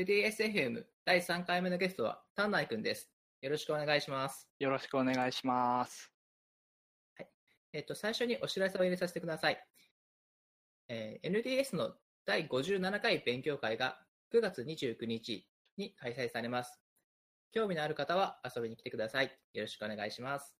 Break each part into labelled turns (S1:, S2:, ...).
S1: LDSFM 第3回目のゲストは、丹内くんです。よろしくお願いします。
S2: よろしくお願いします。
S1: えっと、最初にお知らせを入れさせてください。えー NDS の第57回勉強会が9月29日に開催されます。興味のある方は遊びに来てください。よろしくお願いします。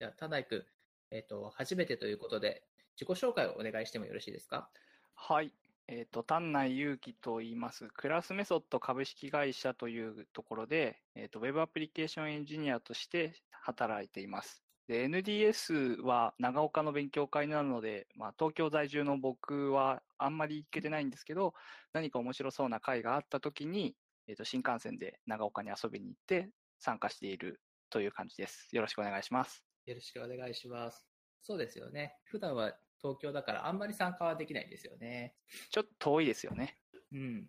S1: では、田内くん、えっと、初めてということで、自己紹介をお願いしてもよろしいですか
S2: はい。えっ、と、丹内祐樹と言います。クラスメソッド株式会社というところで、えっ、と、ウェブアプリケーションエンジニアとして働いています。で、NDS は長岡の勉強会なので、まあ、東京在住の僕はあんまり行けてないんですけど、何か面白そうな会があった時に、えっ、と、新幹線で長岡に遊びに行って参加しているという感じです。よろしくお願いします。
S1: よろしくお願いします。そうですよね。普段は東京だからあんまり参加はできないんですよね。
S2: ちょっと遠いですよね。
S1: うん。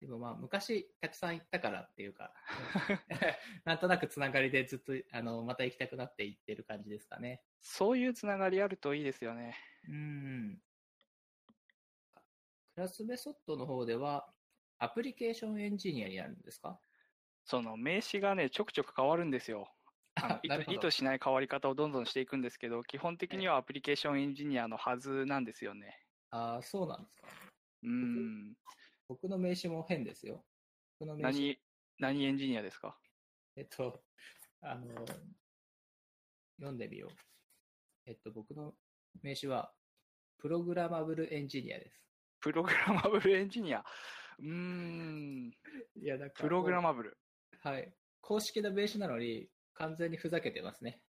S1: でもまあ昔たくさん行ったからっていう か、なんとなくつながりでずっとあのまた行きたくなって行ってる感じですかね。
S2: そういうつながりあるといいですよね。
S1: うん。クラスメソッドの方ではアプリケーションエンジニアになるんですか
S2: その名詞がね、ちょくちょく変わるんで すよ。あの意
S1: なる
S2: 図
S1: ほど
S2: 意図しない変わり方をどんどんしていくんですけど、基本的にはアプリケーションエンジニアのはずなんですよね。
S1: ああ、そうなんですか。
S2: うん。
S1: 僕の名刺も変ですよ。僕の名刺
S2: 何、何エンジニアですか
S1: えっと、あの、読んでみよう。えっと、僕の名刺は、プログラマブルエンジニアです。
S2: プログラマブルエンジニア。うーん。
S1: いや、だから
S2: プログラマ ブル。
S1: はい。公式な名刺なのに、完全にふざけてますね。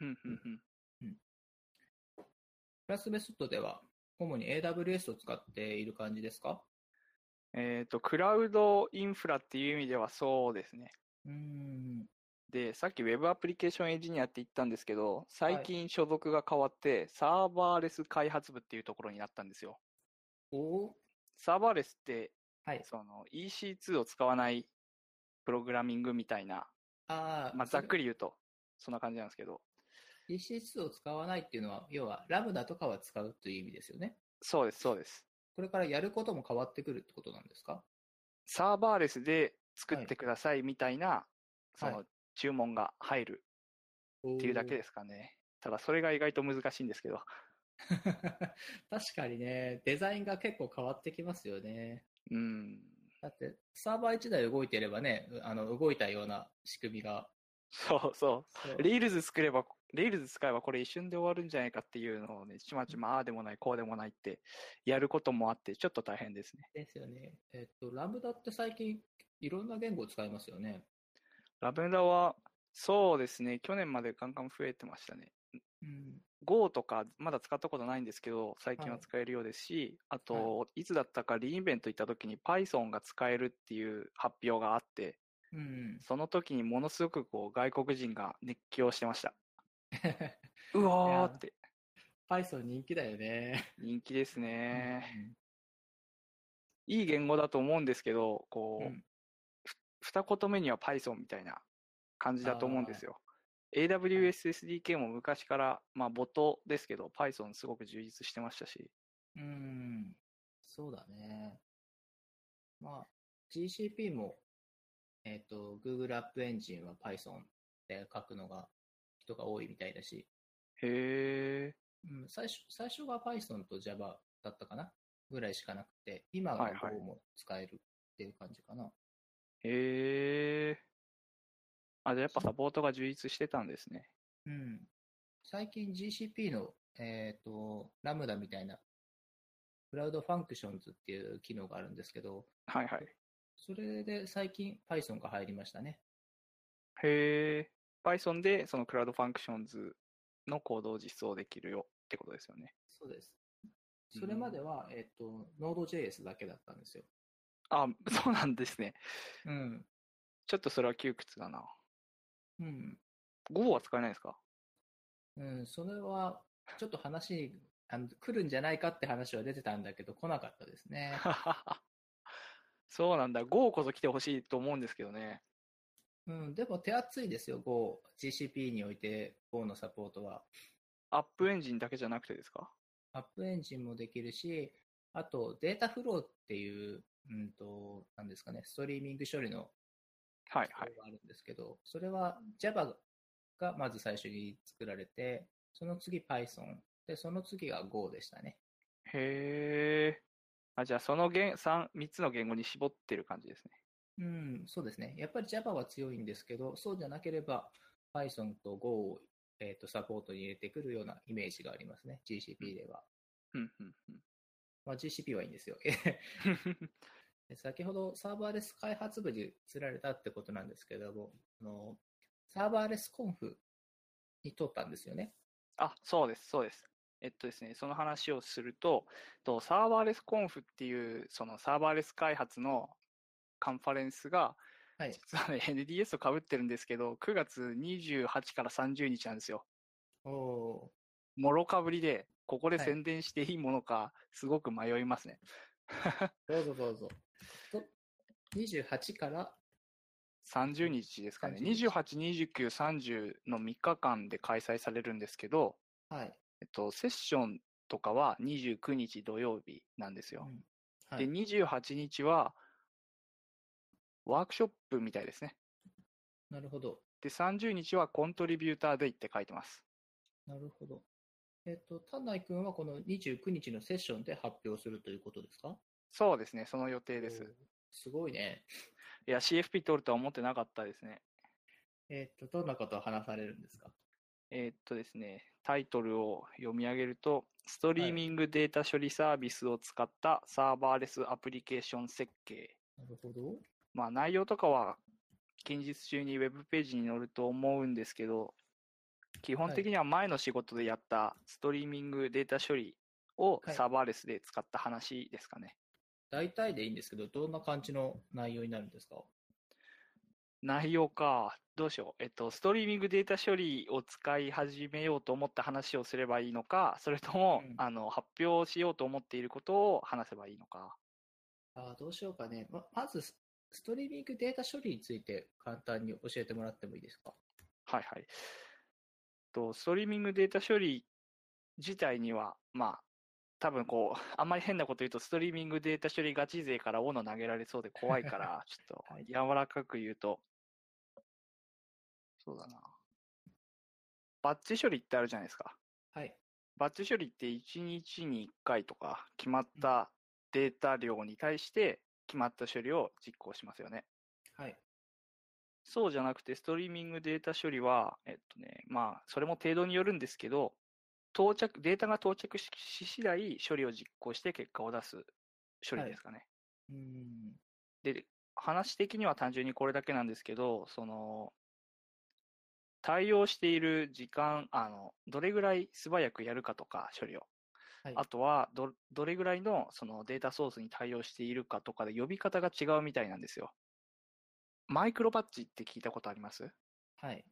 S2: うんうんうん
S1: プラスメソッドでは、主に AWS を使っている感じですか
S2: えっと、クラウドインフラっていう意味ではそうですね。
S1: うーん。
S2: で、さっき Web アプリケーションエンジニアって言ったんですけど、最近所属が変わって、サーバーレス開発部っていうところになったんですよ。
S1: おー
S2: サーバーレスって、
S1: はい。
S2: その EC2 を使わないプログラミングみたいな、
S1: ああ、
S2: まあ、ざっく
S1: り。
S2: り言うと、そんな感じなんですけど、
S1: EC2 を使わないっていうのは、要は、ラムダとかは使うという意味ですよね。
S2: そうです、そうです。
S1: これからやることも変わってくるってことなんですか
S2: サーバーレスで作ってくださいみたいな、そ
S1: は
S2: の注文が入る
S1: っ
S2: っていうだけですかね。ただ、それが意外と難しいんですけど、
S1: 確かにね、デザインが結構変わってきますよね。
S2: うん、
S1: だって、サーバー1台動いてればね、うあの動いたような仕組みが。
S2: そうそう。
S1: そう
S2: レールズ作れば、レールズ使えばこれ一瞬で終わるんじゃないかっていうのをね、ちまちまああでもない、こうでもないって、やることもあって、ちょっと大変ですね。
S1: ですよね。えっと、ラムダって最近、いろんな言語を使いますよね。
S2: ラベンダは、そうですね、去年までガンガン増えてましたね。
S1: うん。
S2: Go とか、まだ使ったことないんですけど、最近は使えるようですし、あと、い、つだったかリインベント行った時に Python が使えるっていう発表があって、
S1: うん。
S2: その時にものすごくこう、外国人が熱狂してま した。うわーって、
S1: Python 人気だよね。
S2: 人気ですね。いい言語だと思うんですけど、こう、
S1: うん
S2: 二言目には Python みたいな感じだと思うんですよ。AWS SDK も昔から、まあ、ボトですけど、Python すごく充実してましたし、
S1: うん。うん。そうだね。まあ、GCP も、えっと、Google App Engine は Python で書くのが、人が多いみたいだし。
S2: へえ、
S1: うん、最初最初が Python と Java だったかなぐらいしかなくて、今
S2: は
S1: はい
S2: はい
S1: Go も使えるっていう感じかな。
S2: へえ。あ、じゃあやっぱサポートが充実してたんですね。
S1: うん、最近 GCP の、えー、とラムダみたいな、クラウドファンクションズっていう機能があるんですけど、
S2: はいはい。
S1: それで最近 Python が入りましたね。
S2: へえ。Python でそのクラウドファンクションズのコードを実装できるよってことですよね。
S1: そうです。それまでは、えー、と Node.js だけだったんですよ。
S2: あ、そうなんですね。
S1: うん。
S2: ちょっとそれは窮屈だな。
S1: うん。
S2: Go は使えないですか
S1: うん、それは、ちょっと話、あの来るんじゃないかって話は出てたんだけど、来なかったですね。
S2: そうなんだ。Go こそ来てほしいと思うんですけどね。
S1: うん、でも手厚いですよ、Go。GCP において Go のサポートは。
S2: アップエンジンだけじゃなくてですか
S1: アップエンジンもできるし、あとデータフローっていう、うんと、なんですかね、ストリーミング処理の
S2: はいはい。
S1: があるんですけど、それは Java がまず最初に作られて、その次 Python、で、その次が Go でしたね。
S2: へえ。あ、じゃあその言、三、三つの言語に絞ってる感じですね。
S1: うん、そうですね。やっぱり Java は強いんですけど、そうじゃなければ Python と Go を、えー、とサポートに入れてくるようなイメージがありますね。GCP では。
S2: うん、うん、うん。
S1: まあ、GCP はいいんですよ。 で先ほどサーバーレス開発部に移られたってことなんですけども、あのサーバーレスコンフに通ったんですよね。
S2: あ、そうです、そうです。えっとですね、その話をすると、とサーバーレスコンフっていう、そのサーバーレス開発のカンファレンスが、
S1: はい。
S2: 実はね NDS と被ってるんですけど、9月28から30日なんですよ。
S1: お
S2: もろかぶりで、ここで
S1: はい
S2: 宣伝していいものか、すごく迷いますね。
S1: どうぞどうぞ。と28から、
S2: 30日ですかね。
S1: 30日
S2: 28、29、30の3日間で開催されるんですけど、
S1: はい。
S2: えっと、セッションとかは29日土曜日なんですよ。
S1: は
S2: で、
S1: い、
S2: 28日は、ワークショップみたいですね。
S1: なるほど。
S2: で、30日はコントリビューターデイって書いてます。
S1: なるほど。えっと、田内君はこの29日のセッションで発表するということですか
S2: そうですね、その予定です。
S1: おーすごいね。
S2: いや、CFP 取るとは思ってなかったですね。
S1: えっと、どんなことを話されるんですか
S2: えーっとですね、タイトルを読み上げると、ストリーミングデータ処理サービスを使ったサーバーレスアプリケーション設計。
S1: なるほど。
S2: まあ内容とかは近日中にウェブページに載ると思うんですけど、基本的には前の仕事でやったストリーミングデータ処理を
S1: はい
S2: サーバーレスで使った話ですかね。
S1: 大体でいいんですけど、どんな感じの内容になるんですか
S2: 内容か。どうしよう。えっと、ストリーミングデータ処理を使い始めようと思った話をすればいいのか、それとも、
S1: うん
S2: あの、発表しようと思っていることを話せばいいのか。
S1: あーどうしようかね。ままずス、ストリーミングデータ処理について簡単に教えてもらってもいいですか
S2: はいはい。と、ストリーミングデータ処理自体には、まあ、多分こう、あんまり変なこと言うと、ストリーミングデータ処理ガチ勢から斧投げられそうで怖い から、ちょ
S1: は
S2: っと
S1: い
S2: 柔らかく言うと、そうだな。バッチ処理ってあるじゃないですか。
S1: はい。
S2: バッチ処理って1日に1回とか決まったデータ量に対して決まった処理を実行しますよね。
S1: はい。
S2: そうじゃなくてストリーミングデータ処理は、えっとね、まあ、それも程度によるんですけど、到着、データが到着しし次第処理を実行して結果を出す処理ですかね。
S1: うーん。
S2: で、話的には単純にこれだけなんですけど、その、対応している時間、あの、どれぐらい素早くやるかとか、処理を。
S1: はい
S2: あとはど、どれぐらいのそのデータソースに対応しているかとかで呼び方が違うみたいなんですよ。マイクロバッチって聞いたことあります
S1: はい。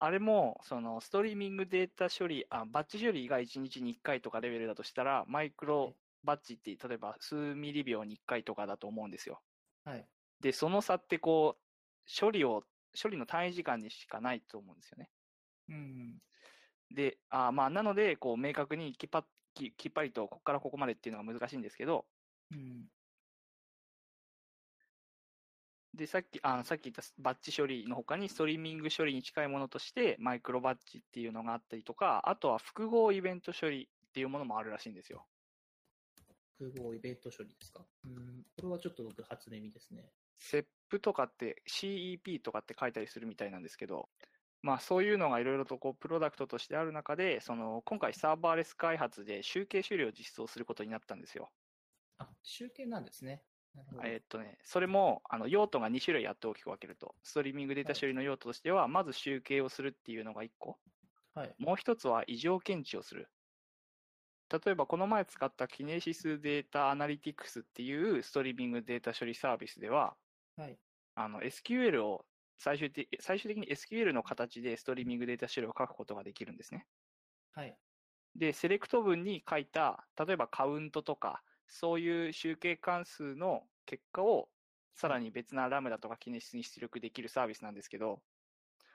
S2: あれも、その、ストリーミングデータ処理、あ、バッチ処理が1日に1回とかレベルだとしたら、マイクロバッチって、例えば数ミリ秒に1回とかだと思うんですよ。
S1: はい。
S2: で、その差ってこう、処理を、処理の単位時間にしかないと思うんですよね。
S1: うん。
S2: で、あーまあ、なので、こう、明確にきっぱききっぱりと、ここからここまでっていうのが難しいんですけど、
S1: うん。
S2: で、さっき、あさっき言ったスバッチ処理の他に、ストリーミング処理に近いものとして、マイクロバッチっていうのがあったりとか、あとは複合イベント処理っていうものもあるらしいんですよ。
S1: 複合イベント処理ですかうーん。これはちょっと僕、初耳ですね。
S2: CEP とかって、CEP とかって書いたりするみたいなんですけど、まあそういうのがいろいろとこうプロダクトとしてある中で、その今回サーバーレス開発で集計処理を実装することになったんですよ。
S1: あ、集計なんですね。なるほど。
S2: えーっとね、それもあの用途が2種類あって大きく分けると、ストリーミングデータ処理の用途としては、まず集計をするっていうのが1個。
S1: はい。
S2: もう一つは異常検知をする。例えばこの前使ったキネシスデータアナリティクスっていうストリーミングデータ処理サービスでは、
S1: はい。
S2: あの SQL を最終的、最終的に SQL の形でストリーミングデータ処理を書くことができるんですね。
S1: はい。
S2: で、セレクト文に書いた、例えばカウントとか、そういう集計関数の結果をさらに別なラムダとかキネシスに出力できるサービスなんですけど、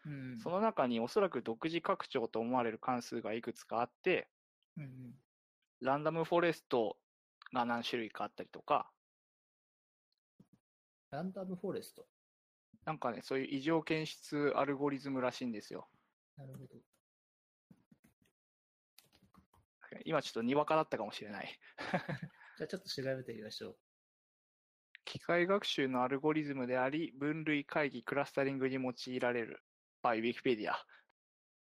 S1: うん
S2: その中におそらく独自拡張と思われる関数がいくつかあって、
S1: うんうん
S2: ランダムフォレストが何種類かあったりとか、
S1: ランダムフォレスト。
S2: なんかね、そういう異常検出アルゴリズムらしいんですよ。
S1: なるほど。
S2: 今ちょっとにわかだったかもしれない。
S1: じゃあちょっと調べてみましょう。
S2: 機械学習のアルゴリズムであり、分類会議クラスタリングに用いられる。by Wikipedia。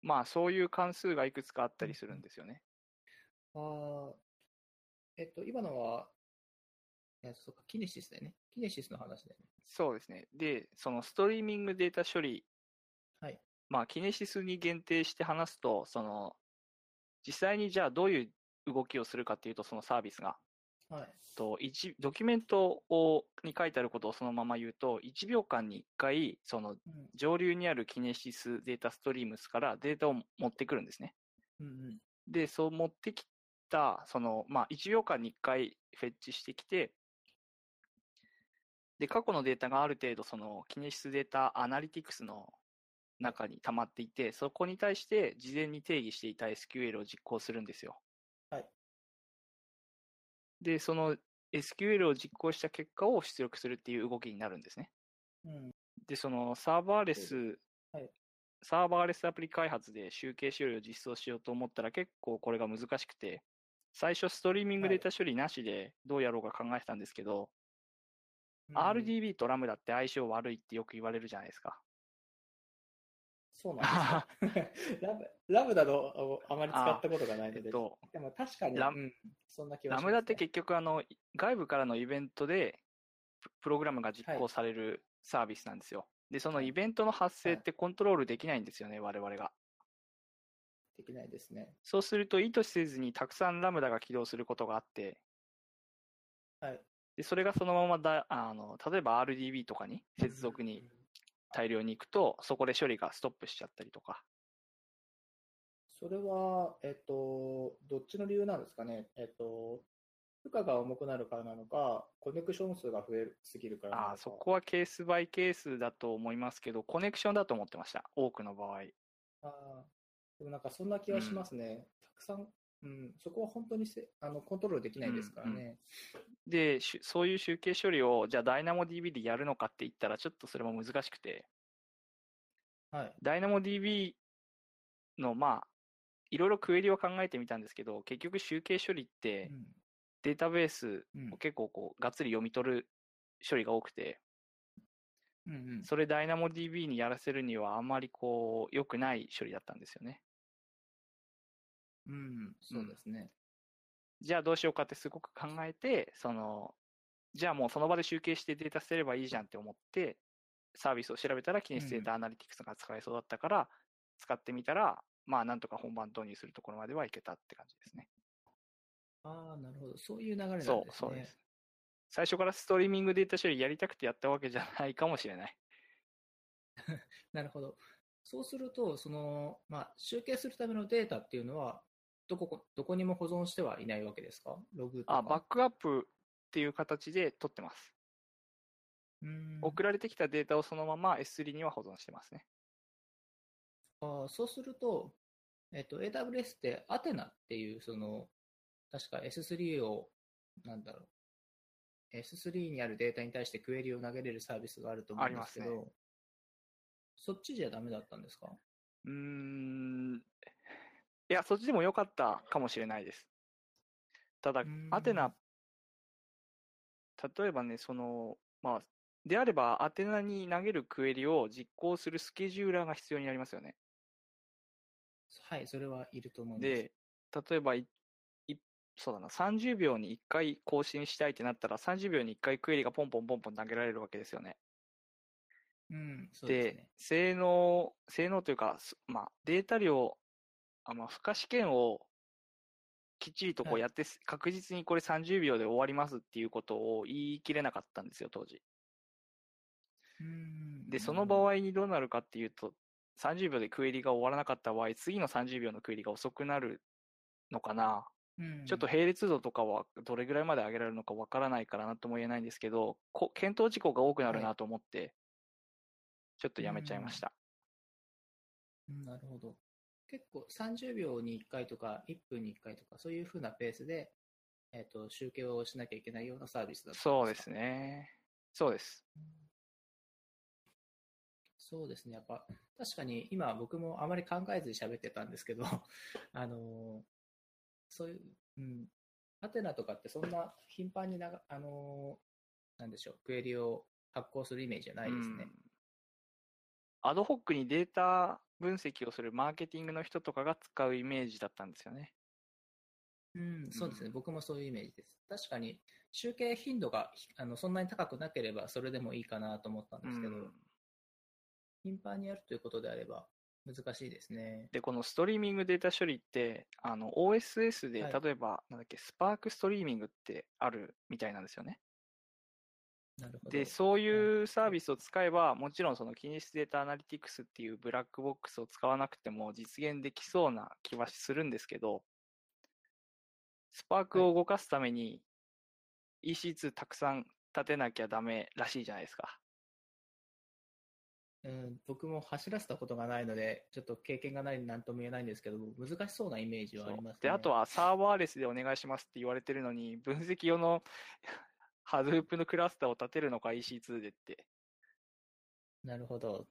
S2: まあ、そういう関数がいくつかあったりするんですよね。
S1: ああ、えっと、今のは、えそうか、キネシスだよね。キネシスの話だよね。
S2: そうですね。で、そのストリーミングデータ処理。
S1: はい。
S2: まあ、キネシスに限定して話すと、その、実際にじゃあどういう動きをするかっていうと、そのサービスが。
S1: はい。
S2: と一ドキュメントをに書いてあることをそのまま言うと、1秒間に1回、その
S1: うん。
S2: 上流にあるキネシスデータストリームスからデータを持ってくるんですね。
S1: うんうん。
S2: で、そう持ってきた、その、まあ、1秒間に1回フェッチしてきて、で、過去のデータがある程度、その、キネシスデータアナリティクスの中に溜まっていて、そこに対して事前に定義していた SQL を実行するんですよ。
S1: はい。
S2: で、その SQL を実行した結果を出力するっていう動きになるんですね。
S1: うん。
S2: で、そのサーバーレス、
S1: はい
S2: サーバーレスアプリ開発で集計処理を実装しようと思ったら結構これが難しくて、最初ストリーミング
S1: はい
S2: データ処理なしでどうやろうか考えてたんですけど、
S1: うん
S2: RDB とラムダって相性悪いってよく言われるじゃないですか。
S1: そうなんです よラブラブダのああまり使ったことがない
S2: え
S1: ので、
S2: っと、
S1: でも確かに、
S2: ラ
S1: うんそんな気は
S2: ラ
S1: しま
S2: ム
S1: す、ね。
S2: ダって結局あの、外部からのイベントでププログラムが実行されるサービスなんですよ。で、そのイベントの発生ってコントロールできないんですよね、我々が。
S1: できないですね。
S2: そうすると意図せずにたくさんラムダが起動することがあって、
S1: はい。
S2: で、それがそのままだ、あの、例えば RDB とかに接続に
S1: うん。
S2: 大量に行くと、そこで処理がストップしちゃったりとか。
S1: それは、えっと、どっちの理由なんですかね。えっと、負荷が重くなるからなのか、コネクション数が増えるすぎるからなの
S2: あ
S1: か。
S2: あ、そこはケースバイケースだと思いますけど、コネクションだと思ってました。多くの場合。
S1: ああ、でもなんかそんな気はしますね。たくさん、うん、そこは本当にせあのコントロールできないですからね。
S2: で、しゅそういう集計処理を、じゃあ DynamoDB でやるのかって言ったら、ちょっとそれも難しくて、
S1: はい。
S2: DynamoDB の、まあ、いろいろクエリを考えてみたんですけど、結局集計処理ってデータベース
S1: うん。
S2: を結構こう、がっつり読み取る処理が多くて、
S1: うん。うんうん
S2: それ DynamoDB にやらせるにはあまりこう、良くない処理だったんですよね。
S1: うん。そうですね。
S2: じゃあどうしようかってすごく考えて、その、じゃあもうその場で集計してデータ捨てればいいじゃんって思って、サービスを調べたら、キネシスデータアナリティクスが使えそうだったから、使ってみたら、まあなんとか本番導入するところまではいけたって感じですね。
S1: ああ、なるほど。そういう流れなんですね。
S2: そう、そうです。最初からストリーミングデータ処理やりたくてやったわけじゃないかもしれない。
S1: なるほど。そうすると、その、まあ、集計するためのデータっていうのは、どここ、どこにも保存してはいないわけですかログとか。
S2: あ、バックアップっていう形で取ってます。
S1: うん
S2: 送られてきたデータをそのまま S3 には保存してますね。
S1: あそうすると、えっと、AWS ってアテナっていう、その、確か S3 を、なんだろう、S3 にあるデータに対してクエリを投げれるサービスがあると思うんですけ
S2: あり
S1: ど、そっちじゃダメだったんですか
S2: うーん。いや、そっちでも良かったかもしれないです。ただ
S1: うーん、
S2: アテナ、例えばね、その、まあ、であれば、アテナに投げるクエリを実行するスケジューラーが必要になりますよね。
S1: はい、それはいると思います。
S2: で、例えばい、いそうだな、30秒に1回更新したいってなったら、30秒に1回クエリがポンポンポンポン投げられるわけですよね。
S1: うん、そう
S2: で
S1: ですね。
S2: 性能、性能というか、すまあ、データ量、あまあ、負荷試験をきっちりとこ
S1: は
S2: う
S1: い
S2: やってす、確実にこれ30秒で終わりますっていうことを言い切れなかったんですよ、当時。
S1: うん
S2: で、その場、合にどうなるかっていうと、30秒でクエリが終わらなかった場合、次の30秒のクエリが遅くなるのかな。
S1: うん
S2: ちょっと並列度とかはどれぐらいまで上げられるのかわからないからなんとも言えないんですけど、こ検討事項が多くなる
S1: は
S2: なと思って、ちょっとやめちゃいました。
S1: うんなるほど。結構30秒に1回とか1分に1回とかそういうふうなペースで、えっと集計をしなきゃいけないようなサービスだったんか
S2: そうですね。そうです。
S1: そうですね、やっぱ確かに今、僕もあまり考えずに喋ってたんですけど、 あのーそういう、うん、ハテナとかってそんな頻繁になが、あのーなんでしょう、クエリを発行するイメージじゃないですね。
S2: うんアドホックにデータ分析をするマーケティングの人とかが使うイメージだったんですよね。
S1: うん、そうですね、
S2: うん
S1: 僕もそういうイメージです。確かに集計頻度がひあのそんなに高くなければ、それでもいいかなと思ったんですけど、
S2: うん
S1: 頻繁にやるということであれば、難しいですね。
S2: で、このストリーミングデータ処理って、あの OSS で、
S1: はい
S2: 例えば、なんだっけ、スパークストリーミングってあるみたいなんですよね。
S1: なるほど。
S2: で、そういうサービスを使えば、もちろんそのキネシスデータアナリティクスっていうブラックボックスを使わなくても実現できそうな気はするんですけど、スパークを動かすために EC2 たくさん立てなきゃダメらしいじゃないですか。
S1: うん、僕も走らせたことがないので、ちょっと経験がないんで何とも言えないんですけど、難しそうなイメージはありますね。
S2: で、あとはサーバーレスでお願いしますって言われてるのに、分析用の Hadoop のクラスターを立てるのか EC2 でって。
S1: なるほど。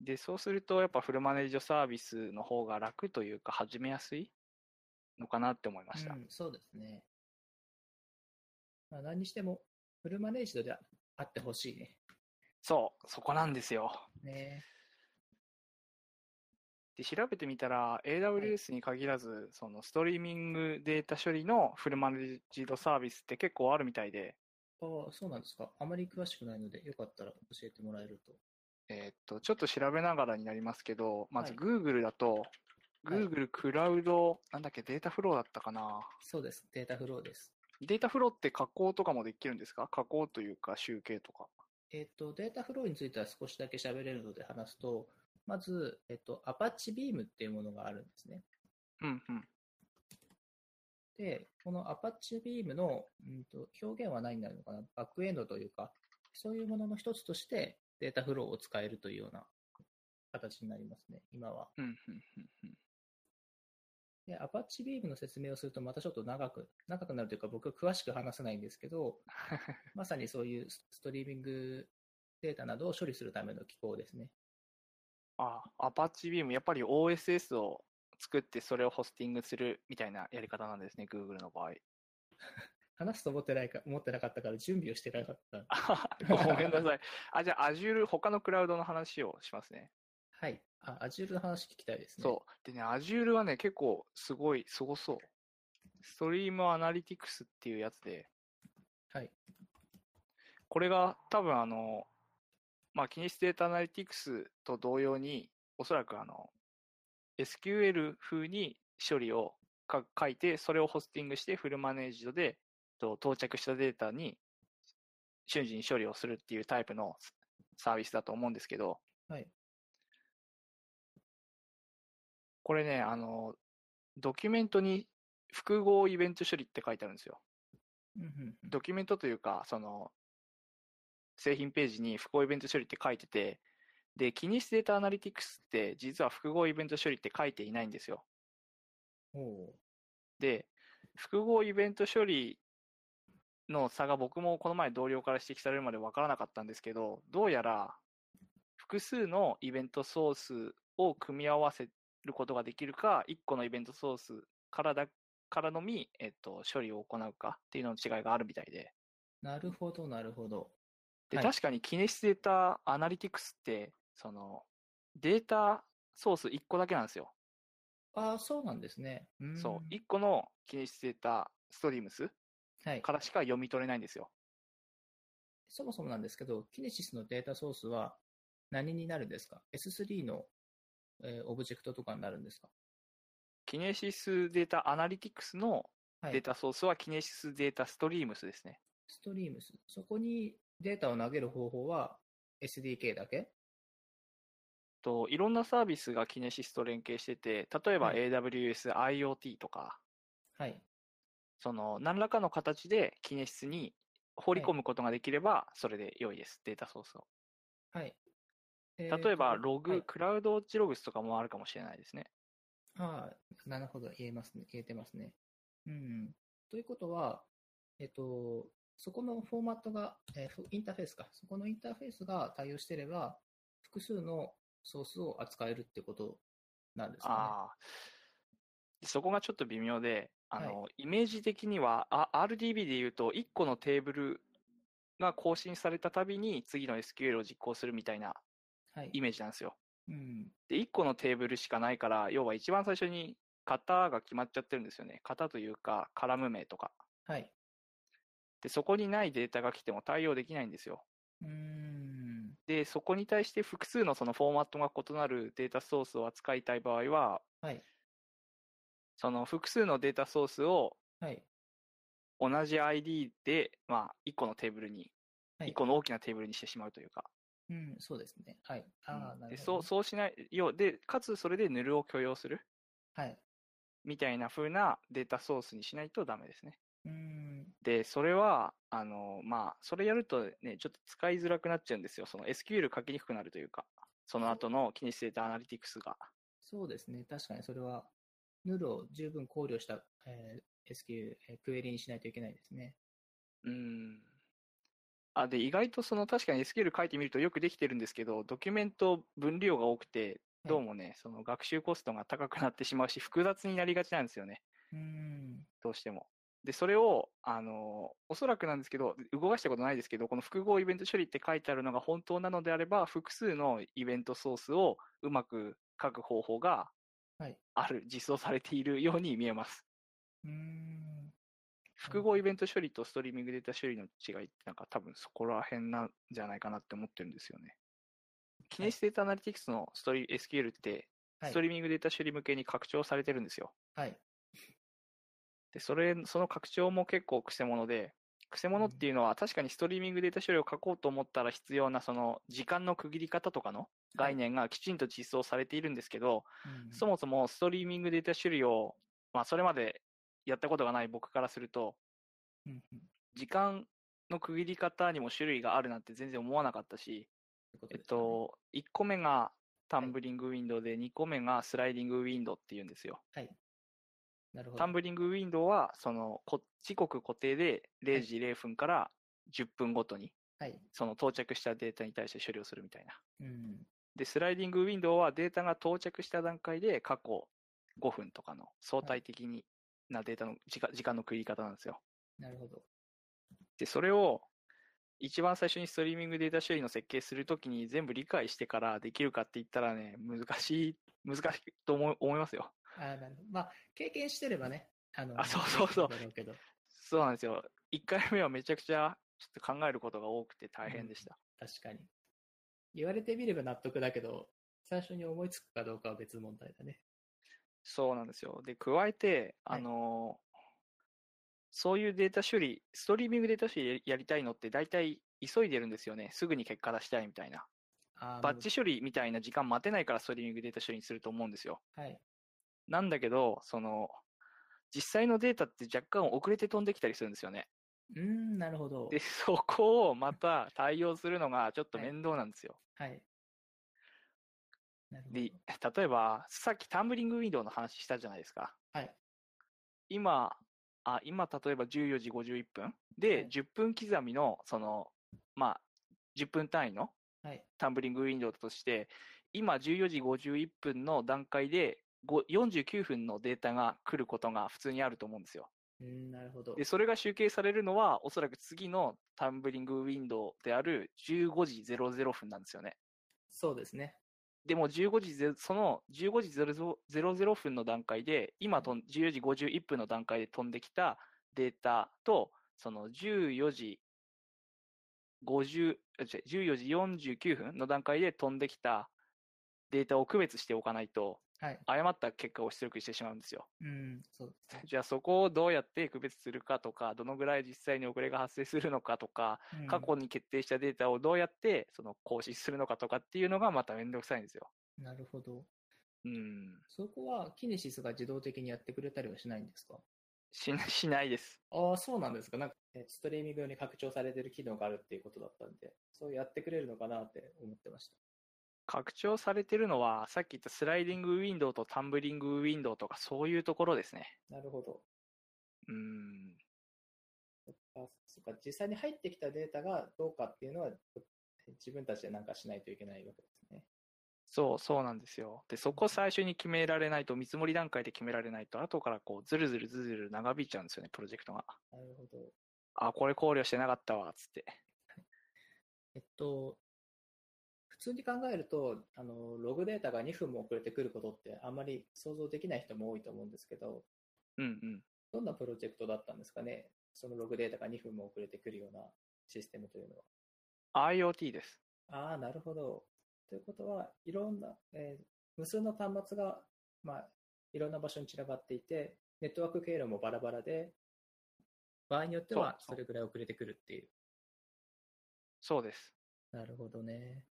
S2: で、そうするとやっぱフルマネージドサービスの方が楽というか始めやすいのかなって思いました。
S1: うん、そうですね。まあ、何にしても、フルマネージドでああってほしいね。
S2: そう、そこなんですよ。
S1: ね
S2: で、調べてみたら、AWS に限らず、そのストリーミングデータ処理のフルマネージドサービスって結構あるみたいで、
S1: ああ、そうなんですか。あまり詳しくないので、よかったら教えてもらえると。
S2: えーっと、ちょっと調べながらになりますけど、まず
S1: はい
S2: Google だと、
S1: はい
S2: Google クラウド、なんだっけ、データフローだったかな。
S1: そうです。データフローです。
S2: データフローって加工とかもできるんですか加工というか集計とか。
S1: えっと、データフローについては少しだけ喋れるので話すと、まず、えっと、アパッチビームっていうものがあるんですね。
S2: うんうん。
S1: で、この Apache Beam の、うん、と表現は何になるのかな、バックエンドというか、そういうものの一つとしてデータフローを使えるというような形になりますね、今は。
S2: うんうんうんうん。
S1: で、Apache Beam の説明をするとまたちょっと長く、長くなるというか、僕は詳しく話せないんですけど、まさにそういうスストリーミングデータなどを処理するための機構ですね。
S2: あ、アパッチビーム、やっぱり OSS を作ってそれをホスティングするみたいなやり方なんですね、Google の場合。
S1: 話すと思ってないか、思ってなかったから準備をしてなかった。
S2: あごめんなさい。あ、じゃあ Azure、他のクラウドの話をしますね。
S1: はい。あ、Azure の話聞きたいですね。
S2: そう。でね、Azure はね、結構すごい、すごそう。ストリームアナリティクスっていうやつで、
S1: はい。
S2: これが多分あの、まあ、キネシスデータアナリティクスと同様に、おそらくあの、SQL 風に処理をか書いて、それをホスティングしてフルマネージドで、と到着したデータに瞬時に処理をするっていうタイプのサービスだと思うんですけど、
S1: はい。
S2: これね、あの、ドキュメントに複合イベント処理って書いてあるんですよ。
S1: うんうんうん
S2: ドキュメントというか、その、製品ページに複合イベント処理って書いてて、で、キニスデータアナリティクスって、実は複合イベント処理って書いていないんですよ。
S1: おう
S2: で、複合イベント処理の差が僕もこの前同僚から指摘されるまで分からなかったんですけど、どうやら複数のイベントソースを組み合わせることができるか、1個のイベントソースからだ、からのみ、えっと、処理を行うかっていうのの違いがあるみたいで。
S1: なるほど、なるほど。
S2: で、
S1: はい
S2: 確かにキネシスデータアナリティクスって、その、データソース1個だけなんですよ。
S1: ああ、そうなんですね。ーん
S2: そう。1個のキネシスデータストリームス
S1: はい。
S2: からしか読み取れないんですよ。
S1: そもそもなんですけど、キネシスのデータソースは何になるんですか ?S3 の、えーオブジェクトとかになるんですか
S2: キネシスデータアナリティクスの
S1: はい
S2: データソースはキネシスデータストリームスですね。
S1: ストリームス。そこにデータを投げる方法は SDK だけ
S2: と、いろんなサービスがキネシスと連携してて、例えば
S1: はい
S2: AWS、IoT とか、
S1: はい。
S2: その、何らかの形でキネシスに放り込むことができれば、それで良いです。データソースを。
S1: はい。例
S2: 例えば、ログ、
S1: はい、
S2: クラウドウォッチログスとかもあるかもしれないですね。
S1: ああ、なるほど、言えますね、言えてますね。うん。ということは、えっと、そこのフォーマットが、えーフインターフェースか、そこのインターフェースが対応してれば、複数のソースを扱えるってことなんですか
S2: ああ。そこがちょっと微妙で、あの、イメージ的には、あ RDB で言うと、1個のテーブルが更新されたたびに、次の SQL を実行するみたいな
S1: ね。はい。
S2: イメージなんですよ。
S1: うん。
S2: で、1個のテーブルしかないから、要は一番最初に型が決まっちゃってるんですよね。型というか、カラム名とか。
S1: はい。
S2: で、そこにないデータが来ても対応できないんですよ。
S1: うーん。
S2: で、そこに対して複数のそのフォーマットが異なるデータソースを扱いたい場合は、
S1: はい。
S2: その複数のデータソースを
S1: はい。
S2: 同じ ID で、まあ、1個のテーブルに、
S1: はい
S2: 1個の大きなテーブルにしてしまうというか。
S1: うん、そうですね。はい。ああ、なる
S2: で
S1: ほ
S2: そ
S1: ど
S2: う、
S1: ね。
S2: そうしないようで、かつそれでヌルを許容する
S1: はい。
S2: みたいな風なデータソースにしないとダメですね。
S1: うーん。
S2: で、それは、あの、まあ、それやるとね、ちょっと使いづらくなっちゃうんですよ。その SQL 書きにくくなるというか、その後のキネシデータアナリティクスが。
S1: そうですね。確かにそれは、ヌルを十分考慮した、えー SQ、えークエリにしないといけないですね。
S2: うん。あ、で、意外とその確かに SQL 書いてみるとよくできてるんですけど、ドキュメント分量が多くて、
S1: はい
S2: どうもね、その学習コストが高くなってしまうし、複雑になりがちなんですよね。
S1: うーん。
S2: どうしても。で、それを、あの、おそらくなんですけど、動かしたことないですけど、この複合イベント処理って書いてあるのが本当なのであれば、複数のイベントソースをうまく書く方法が
S1: はい。
S2: ある、実装されているように見えます。
S1: うーん。
S2: 複合イベント処理とストリーミングデータ処理の違いってなんか多分そこら辺なんじゃないかなって思ってるんですよね。キネシスデータアナリティクスのストリ SQL って、
S1: はい
S2: ストリーミングデータ処理向けに拡張されてるんですよ。
S1: はい。
S2: で、それ、その拡張も結構くせ者で、くせ者っていうのは確かにストリーミングデータ処理を書こうと思ったら必要なその時間の区切り方とかの概念がきちんと実装されているんですけど、
S1: うん
S2: そもそもストリーミングデータ処理を、まあそれまでやったことがない僕からすると、
S1: うんうん
S2: 時間の区切り方にも種類があるなんて全然思わなかったし、
S1: てこと
S2: えっ
S1: ですよね
S2: と、1個目がタンブリングウィンドウで、2個目がスライディングウィンドウっていうんですよ。
S1: はい。なるほど。
S2: タンブリングウィンドウは、その、こ時刻固定で
S1: は
S2: 0
S1: い
S2: 時0分から10分ごとに、
S1: はい。
S2: その到着したデータに対して処理をするみたいな。
S1: うん。
S2: で、スライディングウィンドウはデータが到着した段階で過去5分とかの相対的になデータの時間時間の区切り方なんですよ。
S1: なるほど。
S2: で、それを一番最初にストリーミングデータ処理の設計するときに全部理解してからできるかって言ったらね、難しい、難しいと思い思いますよ。
S1: あーなるほど。まあ、経験してればね。あの、
S2: あそうそうそう
S1: できるんだろけど
S2: そうなんですよ。1回目はめちゃくちゃちょっと考えることが多くて大変でした。
S1: 確かに。言われてみれば納得だけど、最初に思いつくかどうかは別問題だね。
S2: そうなんですよ。で、加えて、
S1: はい
S2: あのーそういうデータ処理、ストリーミングデータ処理やりたいのって大体急いでるんですよね。すぐに結果出したいみたいな。
S1: あー
S2: バッチ処理みたいな時間待てないからストリーミングデータ処理にすると思うんですよ。
S1: はい。
S2: なんだけど、その、実際のデータって若干遅れて飛んできたりするんですよね。
S1: うーん、なるほど
S2: で、。 そこをまた対応するのがちょっと
S1: はい
S2: 面倒なんですよ。
S1: はい。なるほ
S2: で、
S1: ど
S2: 例。えば、さっきタンブリングウィンドウの話したじゃないですか。
S1: はい。
S2: 今、あ、今、例えば14時51分
S1: は
S2: で
S1: い、
S2: 10分刻みの、その、まあ、10分単位の
S1: はい。
S2: タンブリングウィンドウとして、今14時51分の段階で、ご49分のデータが来ることが普通にあると思うんですよ。
S1: うーん、なるほど
S2: で、。それが集計されるのは、おそらく次のタンブリングウィンドウである15時00分なんですよね。
S1: そうですね。
S2: でも15時ゼ、その15時00分の段階で、今とん14時51分の段階で飛んできたデータと、その14時50、あ違う14時49分の段階で飛んできたデータを区別しておかないと、
S1: はい。
S2: 誤った結果を出力してしまうんですよ。
S1: うん、そうですね。
S2: じゃあそこをどうやって区別するかとか、どのぐらい実際に遅れが発生するのかとか、
S1: うん
S2: 過去に決定したデータをどうやってその更新するのかとかっていうのがまためんどくさいんですよ。
S1: なるほど。
S2: うん。
S1: そこはキネシスが自動的にやってくれたりはしないんですか
S2: し なしないです。
S1: ああ、そうなんですか。なんか、えストリーミング用に拡張されてる機能があるっていうことだったんで、そうやってくれるのかなって思ってました。
S2: 拡張されてるのは、さっき言ったスライディングウィンドウとタンブリングウィンドウとかそういうところですね。
S1: なるほど。
S2: うん。
S1: あそっか実際に入ってきたデータがどうかっていうのは、自分たちでなんかしないといけないわけですね。
S2: そう、そうなんですよ。で、そこ最初に決められないと、見積もり段階で決められないと、後からこう、ずるずるずるずる長引いちゃうんですよね、プロジェクトが。
S1: なるほど。
S2: あ、これ考慮してなかったわ、つって。
S1: えっと、普通に考えると、あの、ログデータが2分も遅れてくることってあんまり想像できない人も多いと思うんですけど、
S2: うんうん。
S1: どんなプロジェクトだったんですかねそのログデータが2分も遅れてくるようなシステムというのは。
S2: IoT です。
S1: ああ、なるほど。ということは、いろんな、えー無数の端末が、まあ、いろんな場所に散らばっていて、ネットワーク経路もバラバラで、場合によっては
S2: そ
S1: そうれぐらい遅れてくるっていう。
S2: そうです。
S1: なるほどね。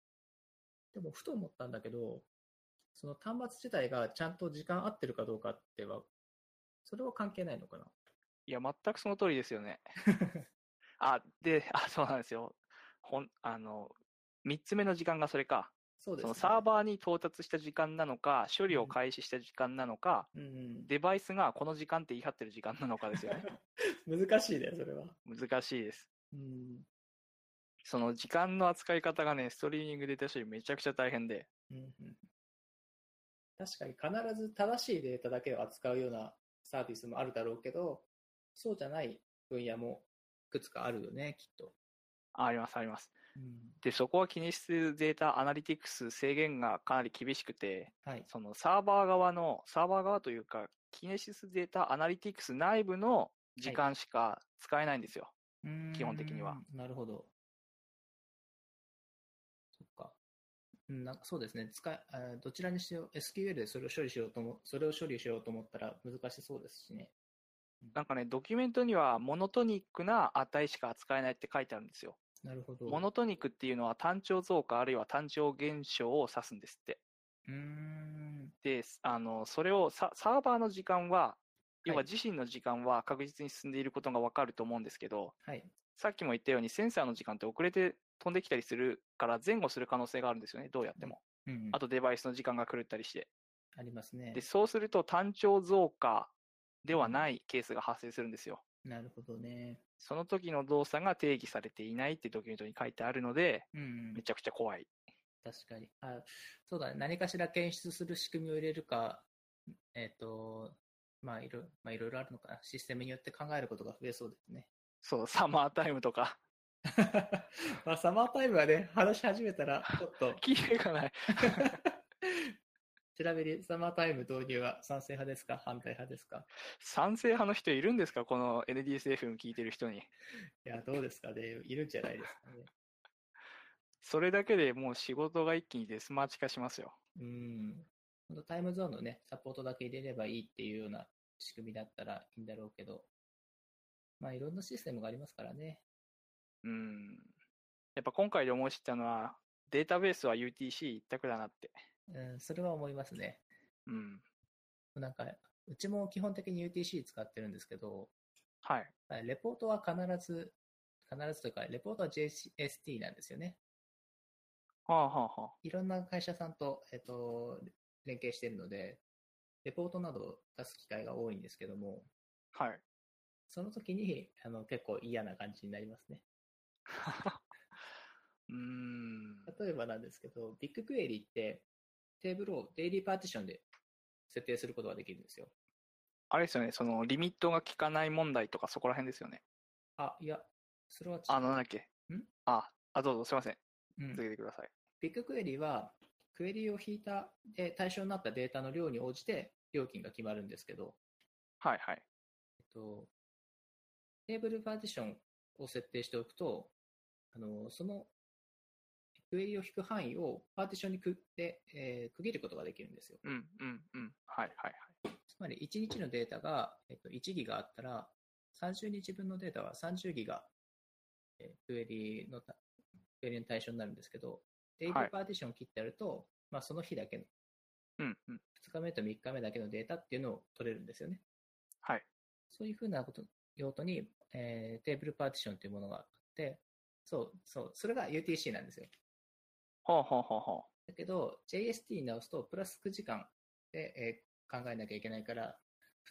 S1: でも、ふと思ったんだけど、その端末自体がちゃんと時間合ってるかどうかっては、それは関係ないのかない
S2: や、全くその通りですよ ね。あ、で、あ、そうなんですよ。ほん、あの、三つ目の時間がそれか。
S1: そうです
S2: そ
S1: ね
S2: のサーバーに到達した時間なのか、処理を開始した時間なのか、
S1: うん
S2: デバイスがこの時間って言い張ってる時間なのかで すよね。
S1: うん、難しいね、それは。
S2: 難しいです。
S1: うん。
S2: その時間の扱い方がね、ストリーミングデータ処理めちゃくちゃ大変で。
S1: うんうん確かに必ず正しいデータだけを扱うようなサービスもあるだろうけど、そうじゃない分野もいくつかあるよね、きっと。
S2: ああります、あります。
S1: うん、
S2: で、そこは気にするデータアナリティクス制限がかなり厳しくて、
S1: はい。
S2: そのサーバー側の、サーバー側というか、キネシスデータアナリティクス内部の時間しか使えないんですよ。基本的には
S1: うん。なるほど。そっか。うんなんかそうですね使い、あーどちらにしよう、SQL でそれを処理しようとも、それを処理しようと思ったら難しそうですしね。
S2: なんかね、ドキュメントにはモノトニックな値しか扱えないって書いてあるんですよ。
S1: なるほど。
S2: モノトニックっていうのは単調増加あるいは単調減少を指すんですって。
S1: うーん。
S2: で、あの、それをササーバーの時間は、要
S1: は
S2: はい自身の時間は確実に進んでいることがわかると思うんですけど、
S1: はい。
S2: さっきも言ったようにセンサーの時間って遅れて飛んできたりするから前後する可能性があるんですよね、どうやっても。
S1: うんうん
S2: あとデバイスの時間が狂ったりして。
S1: ありますね
S2: で、。そうすると単調増加ではないケースが発生するんですよ。
S1: なるほどね。
S2: その時の動作が定義されていないってドキュメントに書いてあるので、
S1: うんうん
S2: めちゃくちゃ怖い。
S1: 確かに。あ、そうだね。何かしら検出する仕組みを入れるか、えっ、と、まあ、いろ、まあ、いろいろあるのかな。システムによって考えることが増えそうですね。
S2: そう、サマータイムとか、、
S1: まあ、サマータイムはね、話し始めたら、ちょっと
S2: キレがない。
S1: ちなみにサマータイム導入は賛成派ですか反対派ですか
S2: 賛成派の人いるんですかこの NDSFM 聞いてる人に。
S1: いや、どうですかねいるんじゃないですかね。
S2: それだけでもう仕事が一気にデスマーチ化しますよ。
S1: うん。ほんとタイムゾーンのね、サポートだけ入れればいいっていうような仕組みだったらいいんだろうけど、まあ、いろんなシステムがありますからね。
S2: うん。やっぱ今回で思い知ったのは、データベースは UTC 一択だなって。
S1: うん、それは思いますね。
S2: うん。
S1: なんか、うちも基本的に UTC 使ってるんですけど、
S2: はい。
S1: レポートは必ず、必ずというか、レポートは JST なんですよね。
S2: はあ、はあはあ、
S1: いろんな会社さんと、えっと、連携してるので、レポートなどを出す機会が多いんですけども、
S2: はい。
S1: その時に、あの、結構嫌な感じになりますね。
S2: うーん。
S1: 例えばなんですけど、ビッグクエリって、テーブルをデイリーパーティションで設定することができるんですよ。
S2: あれですよね、その、リミットが効かない問題とかそこら辺ですよね。
S1: あ、いや、それは違う
S2: あの、なんだっけ。
S1: ん
S2: あ、あ、どうぞ、すいません。
S1: うん
S2: 続けてください。
S1: ビッグクエリは、クエリを引いた、で対象になったデータの量に応じて料金が決まるんですけど、
S2: はい、はい。
S1: えっと、テーブルパーティションを設定しておくと、あのそのクエリを引く範囲をパーティションに区で、えー区切ることができるんですよ。
S2: うん、うん、うん。はい、はい、はい。
S1: つまり1日のデータが、えっと、1ギガあったら、30日分のデータは30ギガ、えークエリのた、クエリの対象になるんですけど、デイリ
S2: は
S1: ー
S2: い
S1: パーティションを切ってやると、まあ、その日だけの
S2: うん、うん。
S1: 2日目と3日目だけのデータっていうのを取れるんですよね。
S2: はい。
S1: そういうふうなこと用途に、えーテーブルパーティションというものがあって、そう、そう、それが UTC なんですよ。
S2: ほうほうほうほ
S1: だけど、JST に直すと、プラス9時間で、えー考えなきゃいけないから、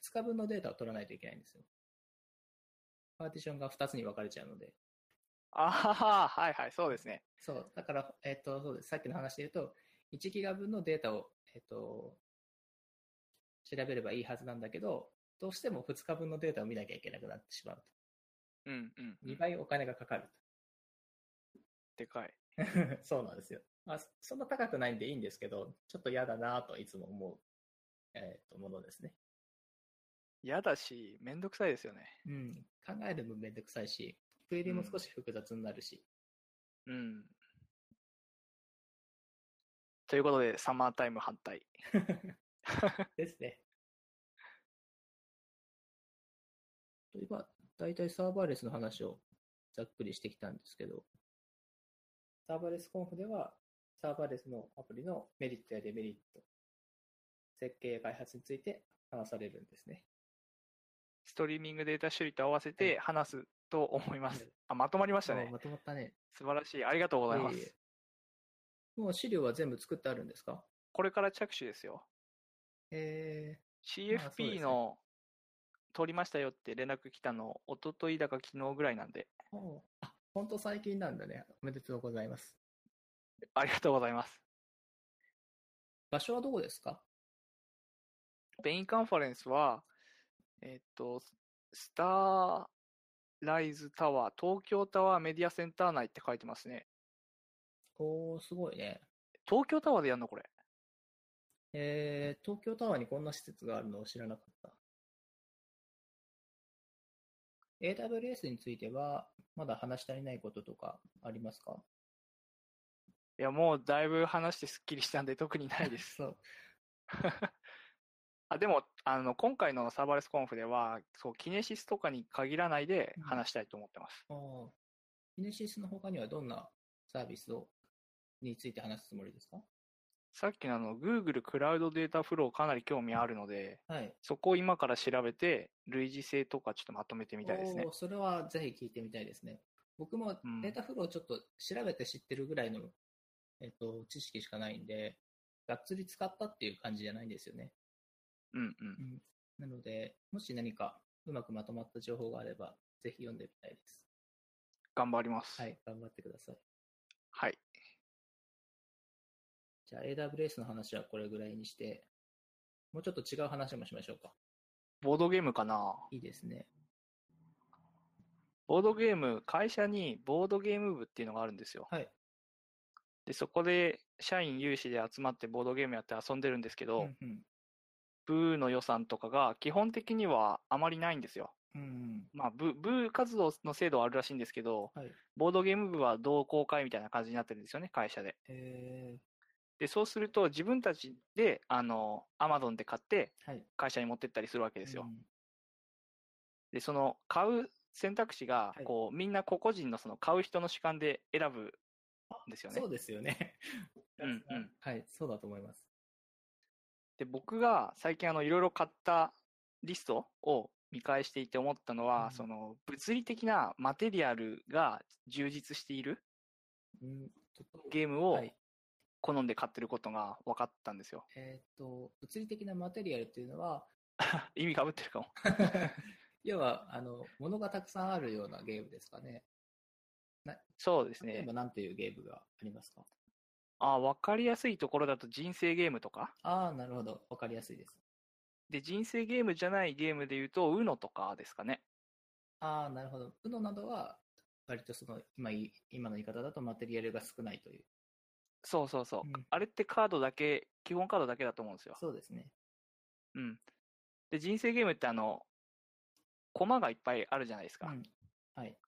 S1: 2日分のデータを取らないといけないんですよ。パーティションが2つに分かれちゃうので。
S2: ああ、はいはい、そうですね。
S1: そう、だから、えっと、そうですさっきの話で言うと、1ギガ分のデータを、えっと、調べればいいはずなんだけど、どうしても2日分のデータを見なきゃいけなくなってしまう
S2: うんうん
S1: と。
S2: うん。
S1: 2倍お金がかかる
S2: でかい。
S1: と。 そうなんですよ。まあ、そんな高くないんでいいんですけど、ちょっと嫌だなぁといつも思う、えっと、ものですね。
S2: 嫌だし、めんどくさいですよね。
S1: うん。考えるのもめんどくさいし、クエリも少し複雑になるし。
S2: うん。ということで、サマータイム反対。
S1: ですね。といえば、大体サーバーレスの話をざっくりしてきたんですけど、サーバーレスコンフでは、サーバーレスのアプリのメリットやデメリット、設計や開発について話されるんですね。
S2: ストリーミングデータ処理と合わせて話すと思います。あ、まとまりました
S1: あ
S2: ね。
S1: まとまったね。
S2: 素晴らしい。ありがとうございま
S1: いえいえ
S2: す。
S1: もう資料は全部作ってあるんですか
S2: これから着手ですよ。
S1: え
S2: CFP の取りましたよって連絡来たの、一昨日だか昨日ぐらいなんで、
S1: ー、おあ、本当最近なんだね。おめでとうございます。
S2: ありがとうございます。
S1: 場所はどこですか
S2: ベインカンファレンスは、えっと、スターライズタワー、東京タワーメディアセンター内って書いてますね。
S1: おー、すごいね。
S2: 東京タワーでやんのこれ。
S1: えー、東京タワーにこんな施設があるのを知らなかった。AWS については、まだ話し足りないこととかありますか
S2: いや、もうだいぶ話してすっきりしたんで特にない です。
S1: そう。
S2: あ、でも、あの、今回のサーバーレスコンフでは、そう、キネシスとかに限らないで
S1: うん
S2: 話したいと思ってます。
S1: あーキネシスの他にはどんなサービスをについて話すつもりですか
S2: さっきのあの、Google クラウドデータフローかなり興味あるので、
S1: はい。
S2: そこを今から調べて、類似性とかちょっとまとめてみたいですね
S1: おー。それはぜひ聞いてみたいですね。僕も
S2: うん
S1: データフローをちょっと調べて知ってるぐらいの、えっと、知識しかないんで、がっつり使ったっていう感じじゃないんですよね。
S2: うんうん。
S1: なので、もし何かうまくまとまった情報があれば、ぜひ読んでみたいです。
S2: 頑張ります。
S1: は。い、頑張ってください。
S2: はい。
S1: じゃあ AWS の話はこれぐらいにして、もうちょっと違う話もしましょうか。
S2: ボードゲームかない
S1: いですね。
S2: ボードゲーム、会社にボードゲーム部っていうのがあるんですよ。
S1: はい。
S2: で、そこで社員有志で集まってボードゲームやって遊んでるんですけ
S1: う
S2: ど、
S1: んうん。
S2: 部の予算とかが基本的にはあまりないんですよ。
S1: うんうん。
S2: まあ、部、部活動の制度はあるらしいんですけど、
S1: はい。
S2: ボードゲーム部は同好会みたいな感じになってるんですよね、会社で。
S1: え
S2: で、そうすると自分たちで、あの、アマゾンで買って
S1: ー、はい。
S2: 会社に持ってったりするわけ
S1: で
S2: ですよ。で、その買う選択肢が
S1: は、い
S2: こう、みんな個々人のその買う人の主観で選ぶんですよね
S1: そう。ですよね。
S2: うんうん
S1: はい、そうだと思います。
S2: で、僕が最近あの、いろいろ買ったリストを見返していて思ったのは、
S1: うん
S2: その、物理的なマテリアルが充実している
S1: うん、ちょっと
S2: ゲームを
S1: はい。
S2: 好んで買ってることが分かったんですよ。
S1: えっ、と、物理的なマテリアルっていうのは、
S2: 意味かぶってるかも。
S1: 要は、あの、物がたくさんあるようなゲームですかね。
S2: そうです
S1: 例え
S2: ね。
S1: ば何ていうゲームがありますか
S2: あ、分かりやすいところだと人生ゲームとか。
S1: ああ、なるほど。わかりやすいです。
S2: で、人生ゲームじゃないゲームで言うと、UNO とかですかね。
S1: ああ、なるほど。UNO などは、割とその、今い、今の言い方だとマテリアルが少ないという。
S2: そうそうそう。
S1: うん
S2: あれってカードだけ、基本カードだけだと思うんですよ。
S1: そうですね。
S2: うん。で、人生ゲームってあの、コマがいっぱいあるじゃないですか。
S1: うん。はい。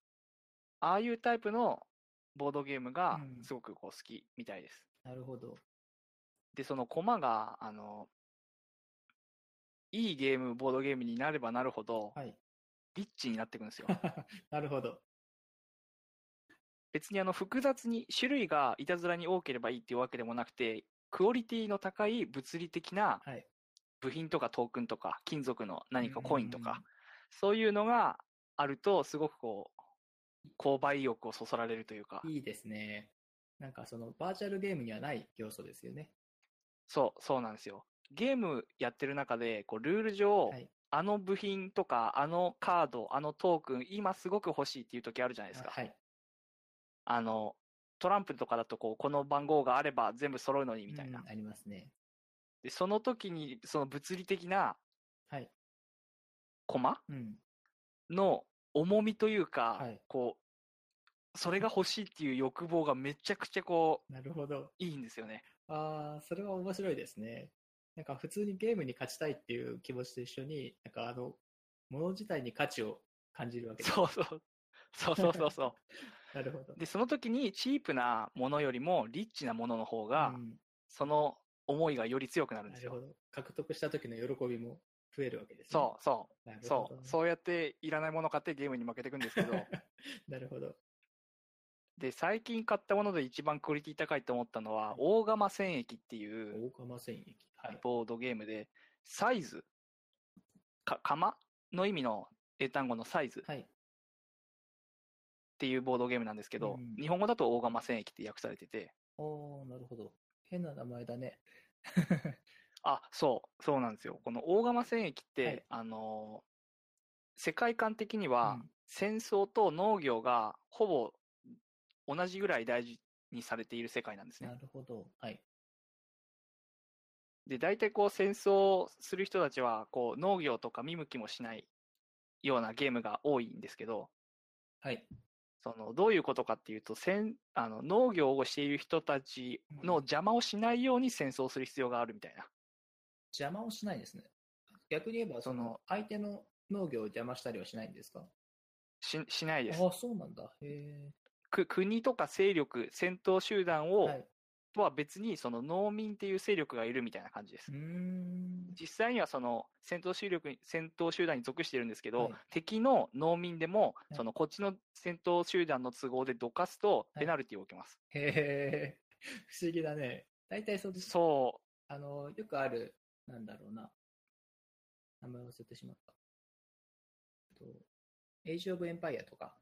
S2: ああいうタイプのボードゲームが
S1: うん
S2: すごくこう好きみたいです。
S1: なるほど。
S2: で、そのコマが、あの、いいゲーム、ボードゲームになればなるほど、
S1: はい。
S2: リッチになっていくん ですよ。
S1: なるほど。
S2: 別にあの複雑に、種類がいたずらに多ければいいっていうわけでもなくて、クオリティの高い物理的な
S1: はい。
S2: 部品とかトークンとか、金属の何かコインと
S1: うんうんう
S2: か
S1: ん、
S2: そういうのがあると、すごくこう、購買意欲をそそられるというか、
S1: いいですね。なんかそのバーチャルゲームにはない要素ですよね。
S2: そう、そうなんですよ。ゲームやってる中で、こう、ルール上、
S1: はい
S2: あの部品とか、あのカード、あのトークン、今すごく欲しいっていう時あるじゃないですか。
S1: はい。
S2: あの、トランプとかだと、こう、この番号があれば全部揃うのに、みたいな
S1: うん。ありますね。
S2: で、その時に、その物理的な
S1: はい。
S2: コマ
S1: うん。
S2: の重みというか、
S1: はい
S2: こう、それが欲しいっていう欲望がめちゃくちゃこ
S1: なるほど。
S2: う、いいんですよね。
S1: ああ、それは面白いですね。なんか普通にゲームに勝ちたいっていう気持ちと一緒に、なんかあの、もの自体に価値を感じるわけです。
S2: そうそう。そうそうそうそ
S1: なるほど
S2: う。。で、その時にチープなものよりもリッチなものの方が、
S1: うん
S2: その思いがより強くなるんで
S1: な
S2: す
S1: るほ
S2: よ。
S1: ど。獲得した時の喜びも増えるわけですね。。
S2: そうそう
S1: なる
S2: う。
S1: ほ
S2: そう。
S1: ど。
S2: そうやっていらないもの買ってゲームに負けていくんですけ ど、
S1: なるほど。
S2: で、最近買ったもので一番クオリティ高いと思ったのは、大釜戦役っていう
S1: 大釜戦役。はい。
S2: ボードゲームで、サイズ、か、釜の意味の英単語のサイズっ
S1: はい。
S2: ていうボードゲームなんですけど、
S1: うん
S2: 日本語だと大釜戦役って訳されてて、
S1: おー、なるほど。変な名前だね。
S2: あ、そう、そうなんですよ。この大釜戦役って、
S1: はい
S2: あのー世界観的に
S1: う
S2: は
S1: ん
S2: 戦争と農業がほぼ同じぐらい大事にされている世界なんです
S1: な
S2: ね。
S1: るほど。はい。
S2: で、大体こう戦争する人たちは、こう農業とか見向きもしないようなゲームが多いんですけど、
S1: はい。
S2: その、どういうことかっていうと、戦、あの、農業をしている人たちの邪魔をしないように戦争する必要があるみたいな。
S1: 邪魔をしないんですね。逆に言えば、そ
S2: そ
S1: の
S2: の、
S1: 相手の農業を邪魔したりはしないんですか
S2: し、しないです
S1: あ。あ、そうなんだ。へ
S2: く国とか勢力、戦闘集団
S1: え。
S2: を、
S1: はい。
S2: とは別に、その農民っていう勢力がいるみたいな感じで
S1: う
S2: す
S1: ー。ん。
S2: 実際にはその戦闘集力に、戦闘集団に属しているんですけど、
S1: はい
S2: 敵の農民でも、
S1: い
S2: そのこっちの戦闘集団の都合でどかすと、
S1: はい
S2: ペナルティを受けます。
S1: へえ。不思議だね。大体その、
S2: そ
S1: あの、よくある、なんだろうな。名前忘れてしまった。えっと、エイジオブエンパイアとか、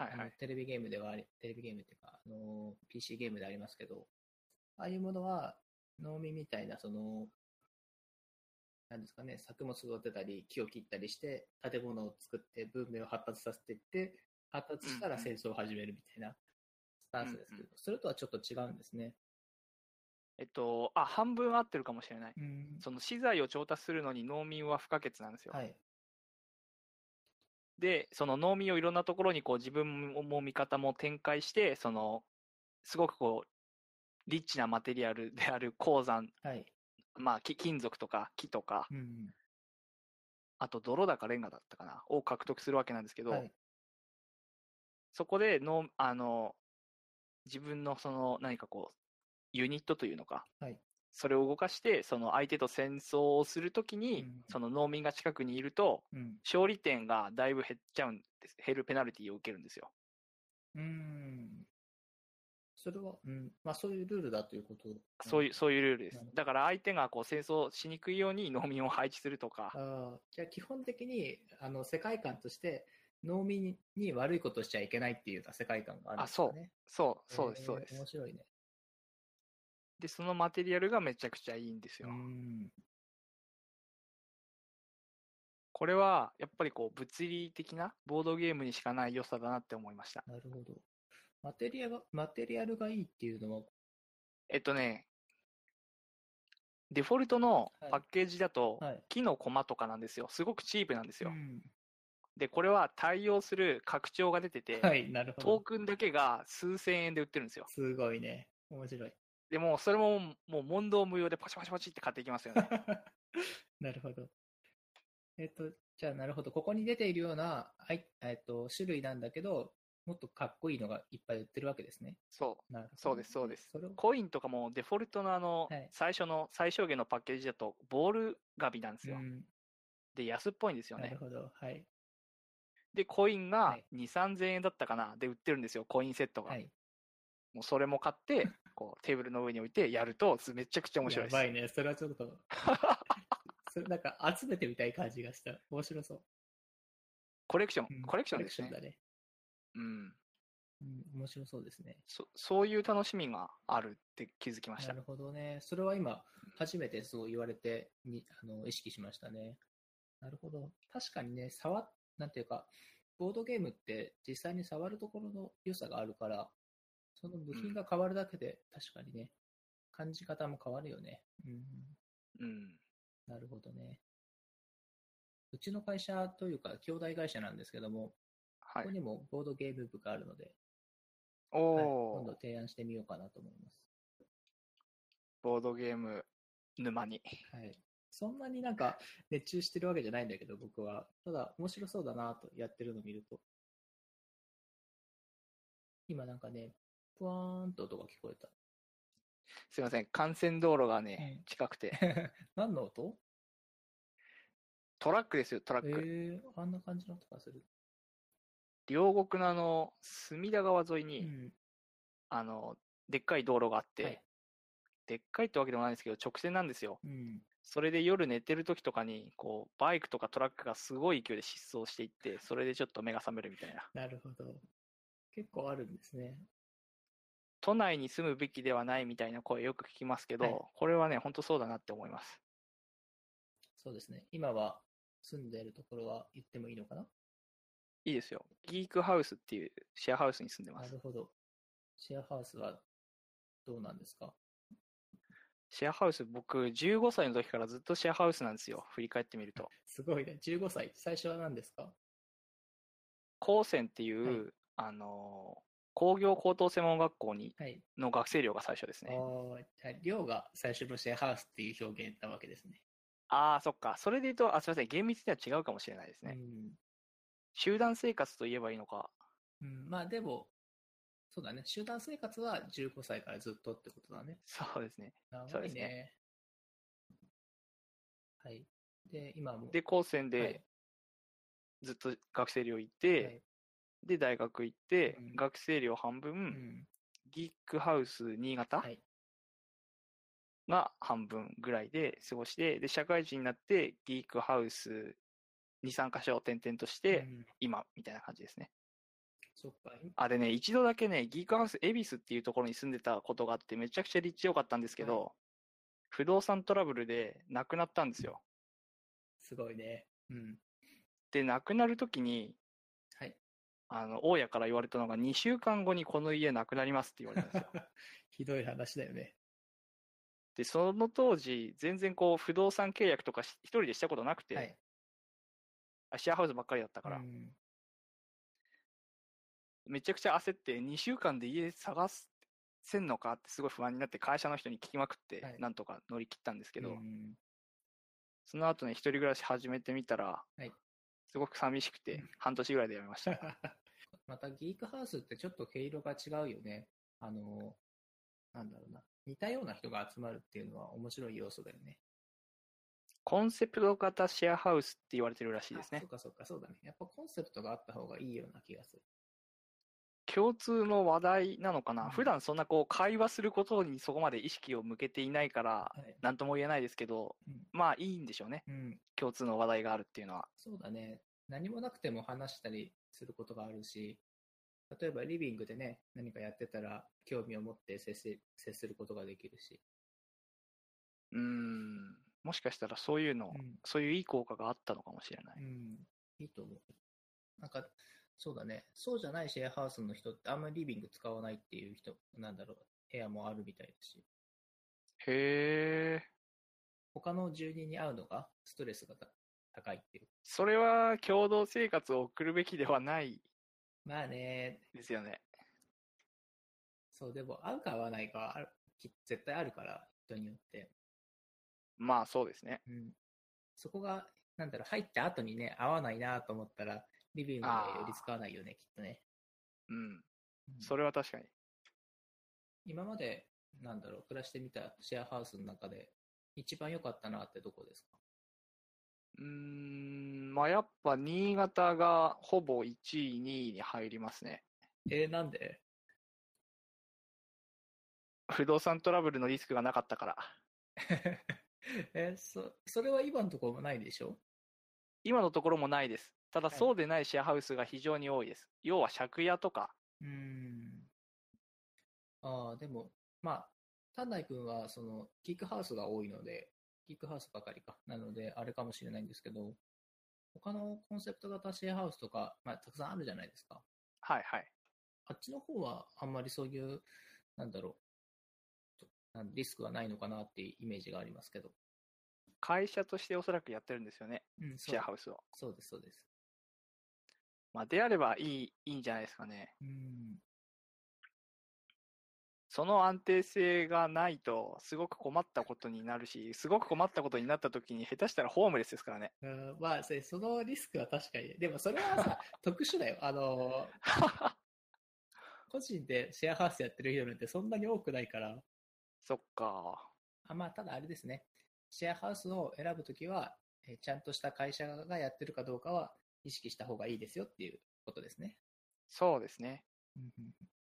S2: う。は
S1: あ
S2: い
S1: の
S2: はい。
S1: テレビゲームではあり、テレビゲームっていうか、あの、PC ゲームでありますけど、ああいうものは、農民みたいな、その、なんですかね、作物育てたり、木を切ったりして、建物を作って、文明を発達させていって、発達したら
S2: うんうん
S1: 戦争を始めるみたいなスタンスですけど、
S2: うんう
S1: それとはちょっと違うんですね。
S2: えっと、あ、半分合ってるかもしれない。
S1: うん
S2: その資材を調達するのに農民は不可欠なんですよ。
S1: はい。
S2: で、その農民をいろんなところにこう自分も味方も展開して、その、すごくこう、リッチなマテリアル である鉱山、
S1: はい。
S2: まあ、き金属とか木とか、
S1: うん
S2: あと泥だかレンガだったかな、を獲得するわけなんですけ
S1: うん。
S2: ど、
S1: はい。
S2: そこでの、あの、自分のその何かこう、ユニットというのか、
S1: はい
S2: それを動かして、その相手と戦争をするときに、
S1: うん
S2: その農民が近くにいると、
S1: うん。
S2: 勝利点がだいぶ減っちゃうんです、減るペナルティを受けるんですよ。
S1: うーん。それは、うん。まあ、そういうルールだということ。
S2: そういう、そういうルールで
S1: な
S2: す
S1: るほ。ど
S2: だから相手がこう戦争しにくいように農民を配置するとか、
S1: ああ、じゃあ基本的に、あの、世界観として、農民に悪いことしちゃいけないっていうような世界観があるんですかね。
S2: そう、そうです、
S1: えー
S2: そうです
S1: 面。白いね。
S2: で、そのマテリアルがめちゃくちゃいいんです
S1: うー。
S2: よ
S1: ん。
S2: これは、やっぱりこう、物理的なボードゲームにしかない良さだなって思いました。
S1: なるほど。マテリアが、マテリアルがいいっていうのは、
S2: えっとね、デフォルトの
S1: はい
S2: パッケージだと、
S1: はい。
S2: 木のコマとかなんですよ。すごくチープなんですよ
S1: う。ん
S2: で、これは対応する拡張が出てて、
S1: はい、なるほ
S2: トー
S1: ど。
S2: クンだけが数千円で売ってるんですよ。
S1: すごいね。面白い。
S2: でも、それももう問答無用でパチパチパチって買っていきます よね。
S1: なるほど。えっと、じゃあ、なるほど。ここに出ているような、はいえっと、種類なんだけど、もっとかっこいいのがいっぱい売ってるわけですね。
S2: そう。
S1: なるほど
S2: そうですそうです
S1: それを
S2: コインとかもデフォルトのあの
S1: はい、
S2: 最初の、最小限のパッケージだと、ボール紙なんです
S1: う
S2: よ。
S1: ん、
S2: で、安っぽいんですよ
S1: なる
S2: ね。
S1: ほど。はい。
S2: で、コイン
S1: は
S2: が
S1: い
S2: 2、3000円だったかな、で売ってるんですよ、コインセットが
S1: は。い。
S2: もうそれも買 って、こう、テーブルの上に置いてやると、すめちゃくちゃ面白いです。
S1: やばいね。それはちょっ と、それなんか集めてみたい感じがした。面白そう。
S2: コレクショ
S1: うん
S2: ン、コレクションです
S1: コレ
S2: ね。
S1: だね。
S2: うん。
S1: うん、面白そうですね。
S2: そそういう楽しみがあるって気づきま
S1: な
S2: した。
S1: るほどね。それは今、初めてそう言われてにあの、意識しましたね。なるほど。確かにね、触っ、なんていうか、ボードゲームって実際に触るところの良さがあるから、その部品が変わるだけで、確かにね、感じ方も変わるよね。うん。
S2: うん。
S1: なるほどね。うちの会社というか、兄弟会社なんですけども、
S2: は
S1: ここ
S2: い。
S1: にもボードゲーム部があるので、
S2: お
S1: はい
S2: お
S1: 今、度提案してみようかなと思います。
S2: ボードゲーム沼に。
S1: はい。そんなになんか熱中してるわけじゃないんだけど、僕は。ただ、面白そうだなとやってるの見ると。今なんかね、ぷわーんと音が聞こえた。
S2: すいません。幹線道路がね、
S1: うん
S2: 近くて。
S1: 何の音
S2: トラックですよ、トラッ
S1: え
S2: ク。
S1: ー、あんな感じの音がする。
S2: 両国のあの、隅田川沿いうに、
S1: ん。
S2: あの、でっかい道路があって、
S1: はい
S2: でっかいってわけでもないんですけど、直線なんですよ。
S1: うん。
S2: それで夜寝てる時とかに、こう、バイクとかトラックがすごい勢いで疾走していって、それでちょっと目が覚めるみたいな。
S1: なるほど。結構あるんですね。
S2: 都内に住むべきではないみたいな声よく聞きますけど、
S1: はい
S2: これはね、本当そうだなって思います。
S1: そうですね。今は住んでいるところは言ってもいいのかない
S2: いですよ。ギークハウスっていうシェアハウスに住んでま
S1: な
S2: す。
S1: るほど。シェアハウスはどうなんですか
S2: シェアハウス、僕、15歳の時からずっとシェアハウスなんですよ。振り返ってみると。
S1: すごいね。15歳。最初は何ですか
S2: 高専っていう、あのー工業高等専門学校に
S1: はい。
S2: の学生寮が最初ですね。
S1: おーじゃあ量が最初のシェアハウスっていう表現なわけですね。
S2: ああー、そっか。それで言うと、あ、すいません。厳密には違うかもしれないですね。集団生活と言えばいいのか。
S1: うん。うん、まあでも、そうだね。集団生活は15歳からずっとってことだね。
S2: そうですね。そう
S1: 長
S2: で
S1: い
S2: す
S1: ね
S2: ね。
S1: はい。で、今も。
S2: で、高専
S1: は
S2: で
S1: い
S2: ずっと学生寮行って、
S1: はい
S2: で、大学行って、
S1: うん
S2: 学生寮半分、
S1: うん。
S2: ギークハウス新潟
S1: はい
S2: が半分ぐらいで過ごして、で、社会人になって、ギークハウス2、3箇所を転々とし
S1: う
S2: て、
S1: ん
S2: 今、みたいな感じですね。
S1: そっか。
S2: あ、でね、一度だけね、ギークハウス恵比寿っていうところに住んでたことがあって、めちゃくちゃ立地良かったんですけど、不動産トラブルで亡くなったんですよ。
S1: すごいね。うん。
S2: で、亡くなるときに、
S1: はい。
S2: あの、大家から言われたのが、2週間後にこの家なくなりますって言われたんですよ。
S1: ひどい話だよね。
S2: で、その当時、全然こう、不動産契約とかし一人でしたことなくて、
S1: はい。
S2: あシェアハウスばっかりだったから、
S1: うん
S2: めちゃくちゃ焦って、2週間で家探す、せんのかってすごい不安になって、会社の人に聞きまくって、
S1: はい
S2: なんとか乗り切ったんですけど、
S1: うん
S2: その後ね、一人暮らし始めてみたら、
S1: はい
S2: すごく寂しくて、半年ぐらいでやめました。
S1: また、ギークハウスってちょっと毛色が違うよね。あの、なんだろうな。似たような人が集まるっていうのは面白い要素だよね。
S2: コンセプト型シェアハウスって言われてるらしいです
S1: あ
S2: ね
S1: そ。うかそうか、そうだね。やっぱコンセプトがあった方がいいような気がする。
S2: 共通の話題なのかな、
S1: うん
S2: 普段そんなこう、会話することにそこまで意識を向けていないから、
S1: はい。
S2: なんとも言えないですけど、
S1: うん
S2: まあいいんでしょうね。
S1: うん。
S2: 共通の話題があるっていうのは。
S1: そうだね。何もなくても話したりすることがあるし、例えばリビングでね、何かやってたら興味を持って接し接することができるし。
S2: うーん。もしかしたらそういうの、
S1: うん。
S2: そういういい効果があったのかもしれな
S1: う
S2: い。
S1: ん。いいと思う。なんか、そうだね。そうじゃないシェアハウスの人ってあんまりリビング使わないっていう人、なんだろう。部屋もあるみたいだし。
S2: へえ。
S1: 他の住人に会うのがストレスがた高いっていう。
S2: それは共同生活を送るべきではない
S1: まあね、
S2: ですよね。
S1: そう、でも、合うか合わないかはあるき絶対あるから、人によって。
S2: まあそうですね。
S1: うん。そこが、なんだろう、入った後にね、合わないなと思ったら、リビングで
S2: あー
S1: 寄り使わないよね、きっとね。
S2: う
S1: う
S2: ん。
S1: ん
S2: それは確かに。
S1: 今まで、なんだろう、暮らしてみたシェアハウスの中で、一番良かったなってどこですか
S2: うーん。まあやっぱ新潟がほぼ1位、2位に入りますね。
S1: えー、なんで
S2: 不動産トラブルのリスクがなかったから。
S1: えーそ、それは今のところもないでしょ
S2: 今のところもないです。ただ
S1: はい
S2: そうでないシェアハウスが非常に多いです。要は借家とか
S1: うーん。ああ、でも、まあ、丹内君は、その、キックハウスが多いので、キックハウスばかりか。なので、あれかもしれないんですけど、他のコンセプト型シェアハウスとか、まあ、たくさんあるじゃないですか。
S2: はいはい。
S1: あっちの方は、あんまりそういう、なんだろう、となんリスクはないのかなっていうイメージがありますけど。
S2: 会社としておそらくやってるんですよね、
S1: うん、
S2: シェアハ
S1: ウ
S2: ウスを。
S1: ス。そうです、そうです。
S2: まあ、であればいい、いいんじゃないですかね。
S1: うん。
S2: その安定性がないと、すごく困ったことになるし、すごく困ったことになった時に、下手したらホームレスですからね。
S1: うんまあ、それそのリスクは確かに。でも、それは さ、特殊だよ。あの、個人でシェアハウスやってる人なんてそんなに多くないから、
S2: そっか。
S1: あまあ、ただあれですね、シェアハウスを選ぶときは、えーちゃんとした会社がやってるかどうかは意識した方がいいですよっていうことですね。
S2: そうですね。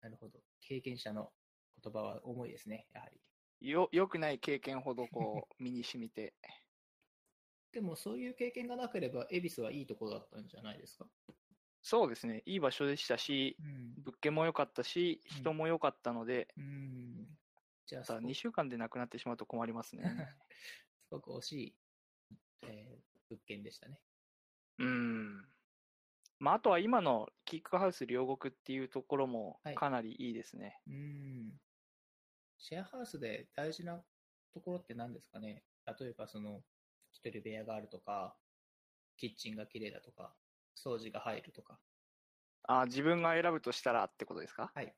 S1: なるほど。経験者の言葉は重いですね、やはり。
S2: よ、良くない経験ほどこ う、身に染みて。
S1: でも、そういう経験がなければ、恵比寿はいいところだったんじゃないですか。
S2: そうですね。いい場所でしたし、
S1: うん。
S2: 物件も良かったし、
S1: うん
S2: 人も良かったので、
S1: うん。じゃあ、
S2: ただ2週間で亡くなってしまうと困りま すね。
S1: すごく惜しい、えー物件でしたね。
S2: うん。まあ、あとは今のキックハウス両国っていうところも
S1: はい
S2: かなりいいですね。
S1: うん。シェアハウスで大事なところって何ですかね例えば、その、一人部屋があるとか、キッチンが綺麗だとか、掃除が入るとか。
S2: あ自分が選ぶとしたらってことですか
S1: はい。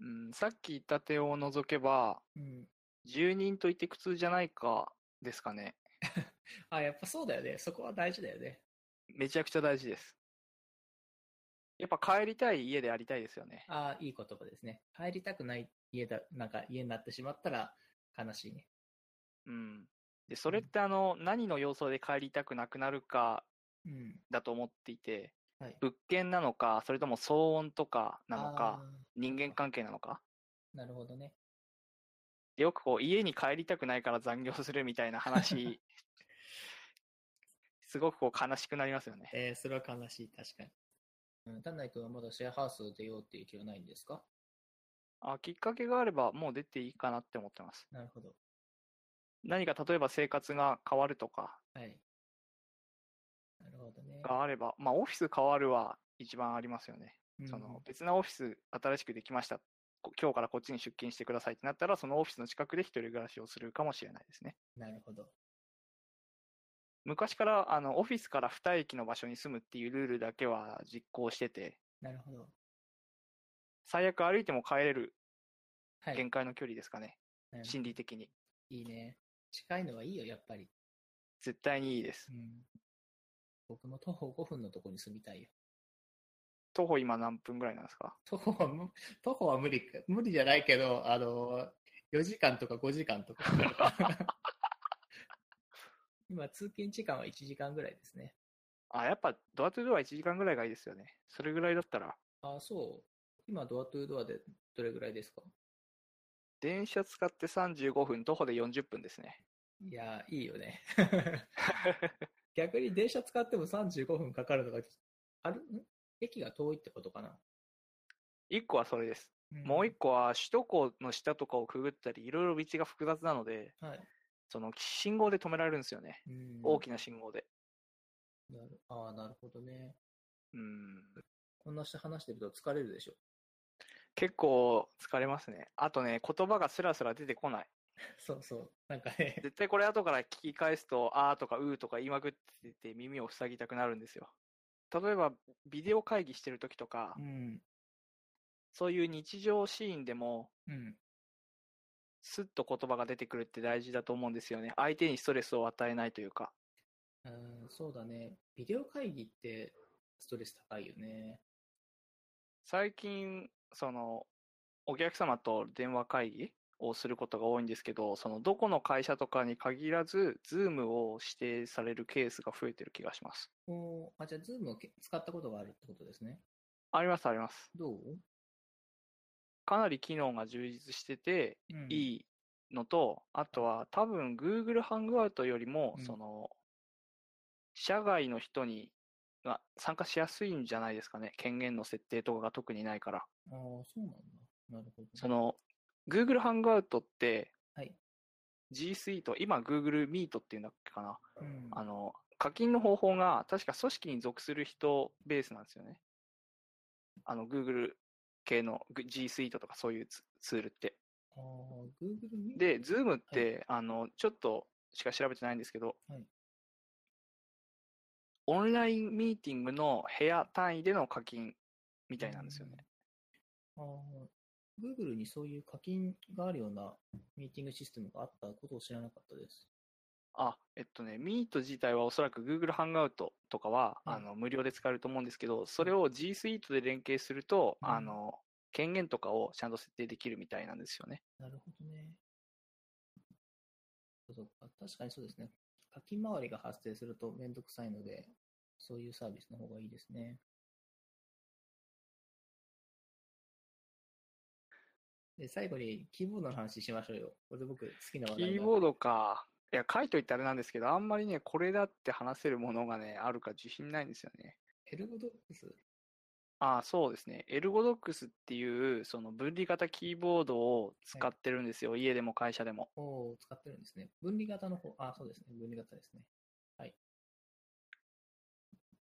S2: うん、さっき言った点を除けば、
S1: うん。
S2: 住人といて苦痛じゃないかですかね。
S1: あ、やっぱそうだよね。そこは大事だよね。
S2: めちゃくちゃ大事です。やっぱ帰りたい家でありたいですよね。
S1: あいい言葉ですね。入りたくない家だ、なんか家になってしまったら悲しいね。
S2: うん。で、それってあの、何の要素で帰りたくなくなるか
S1: うん。
S2: だと思っていて、
S1: はい。
S2: 物件なのか、それとも騒音とかなのか、
S1: あ
S2: 人間関係なのか。
S1: ー。なるほどね。
S2: でよくこう、家に帰りたくないから残業するみたいな話、 すごくこう悲しくなりますよね。
S1: えー、それは悲しい、確かに。うん、丹内君はまだシェアハウスを出ようっていう気はないんですか
S2: あ、きっかけがあればもう出ていいかなって思ってます。
S1: なるほど。
S2: 何か例えば生活が変わるとか
S1: はい。なるほどね。
S2: があれば、まあオフィス変わるは一番ありますよね。
S1: うん
S2: その別なオフィス新しくできました。こ今日からこっちに出勤してくださいってなったら、そのオフィスの近くで一人暮らしをするかもしれないですね。
S1: なるほど。
S2: 昔から、あの、オフィスから2駅の場所に住むっていうルールだけは実行してて、
S1: なるほど。
S2: 最悪歩いても帰れる
S1: はい。
S2: 限界の距離ですかね。
S1: なるほど
S2: 心理的に。
S1: いいね。近いのはいいよ、やっぱり。
S2: 絶対にいいです
S1: う。ん。僕も徒歩5分のとこに住みたいよ。
S2: 徒歩今何分ぐらいなんですか
S1: 徒歩はむ、徒歩は無理か、無理じゃないけど、あの、4時間とか5時間 とか。今、通勤時間は1時間ぐらいですね。
S2: あ、やっぱドアトゥドア1時間ぐらいがいいですよね。それぐらいだったら、
S1: あ、そう。今、ドアトゥードアでどれぐらいですか
S2: 電車使って35分、徒歩で40分ですね。
S1: いやー、いいよ ね。逆に電車使っても35分かかるのが、ある、ん駅が遠いってことかな。
S2: 1個はそれです。
S1: ん
S2: もう一個は首都高の下とかをくぐったり、いろいろ道が複雑なので、
S1: はい。
S2: その信号で止められるんですよね。
S1: うん
S2: 大きな信号で。
S1: なるああ、なるほどね。
S2: うん。
S1: こんなして話してると疲れるでしょ。
S2: 結構疲れますね。あとね、言葉がスラスラ出てこない。
S1: そうそう。なんか ね、
S2: 絶対これ後から聞き返すと、あーとかうーとか言いまくってて耳を塞ぎたくなるんですよ。例えば、ビデオ会議してる時とか、
S1: うん。
S2: そういう日常シーンでも、
S1: うん。
S2: スッと言葉が出てくるって大事だと思うんですよね。相手にストレスを与えないというか。
S1: うん、そうだね。ビデオ会議ってストレス高いよね。
S2: 最近、その、お客様と電話会議をすることが多いんですけど、その、どこの会社とかに限らず、ズームを指定されるケースが増えてる気がします。
S1: おーあ、じゃあ、ズームをけ使ったことがあるってことですね。
S2: あります、あります。
S1: どう、
S2: かなり機能が充実してて、
S1: うん、い。
S2: いいのと、あとは、多分、Google ハングアウトよりも
S1: う、ん
S2: その、社外の人にが参加しやすいんじゃないですかね。権限の設定とかが特にないから。
S1: ああ、そうなんだ。なるほど。
S2: その、Google Hangout って、
S1: はい。
S2: G Suite、今 Google Meet っていうんだっけかな。
S1: うん、
S2: あの、課金の方法が、確か組織に属する人ベースなんですよね。あの、Google 系の G Suite とかそういうツツールって。
S1: あー Google Meet
S2: で、Zoom って、あの、ちょっとしか調べてないんですけど、
S1: はい
S2: オンラインミーティングの部屋単位での課金みたいなんですよね。
S1: あー Google にそういう課金があるようなミーティングシステムがあったことを知らなかったです。
S2: あ、えっとね、Meet 自体はおそらく Google Hangout とかは、
S1: うん
S2: あの無料で使えると思うんですけど、それを G Suite で連携すると、
S1: うん
S2: あの、権限とかをちゃんと設定できるみたいなんですよね。
S1: なるほどね。そうか確かにそうですね。課金回りが発生するとめんどくさいので、そういうサービスの方がいいですね。で、最後にキーボードの話しましょうよ。これ僕好きな話
S2: キ
S1: 題が
S2: ーボードか。いや、書いといたらなんですけど、あんまりね、これだって話せるものがね、あるか自信ないんですよね。
S1: エルゴドックス
S2: ああ、そうですね。エルゴドックスっていう、その分離型キーボードを使ってるんですよ。家でも会社でも。
S1: を使ってるんですね。分離型の方、あ、そうですね。分離型ですね。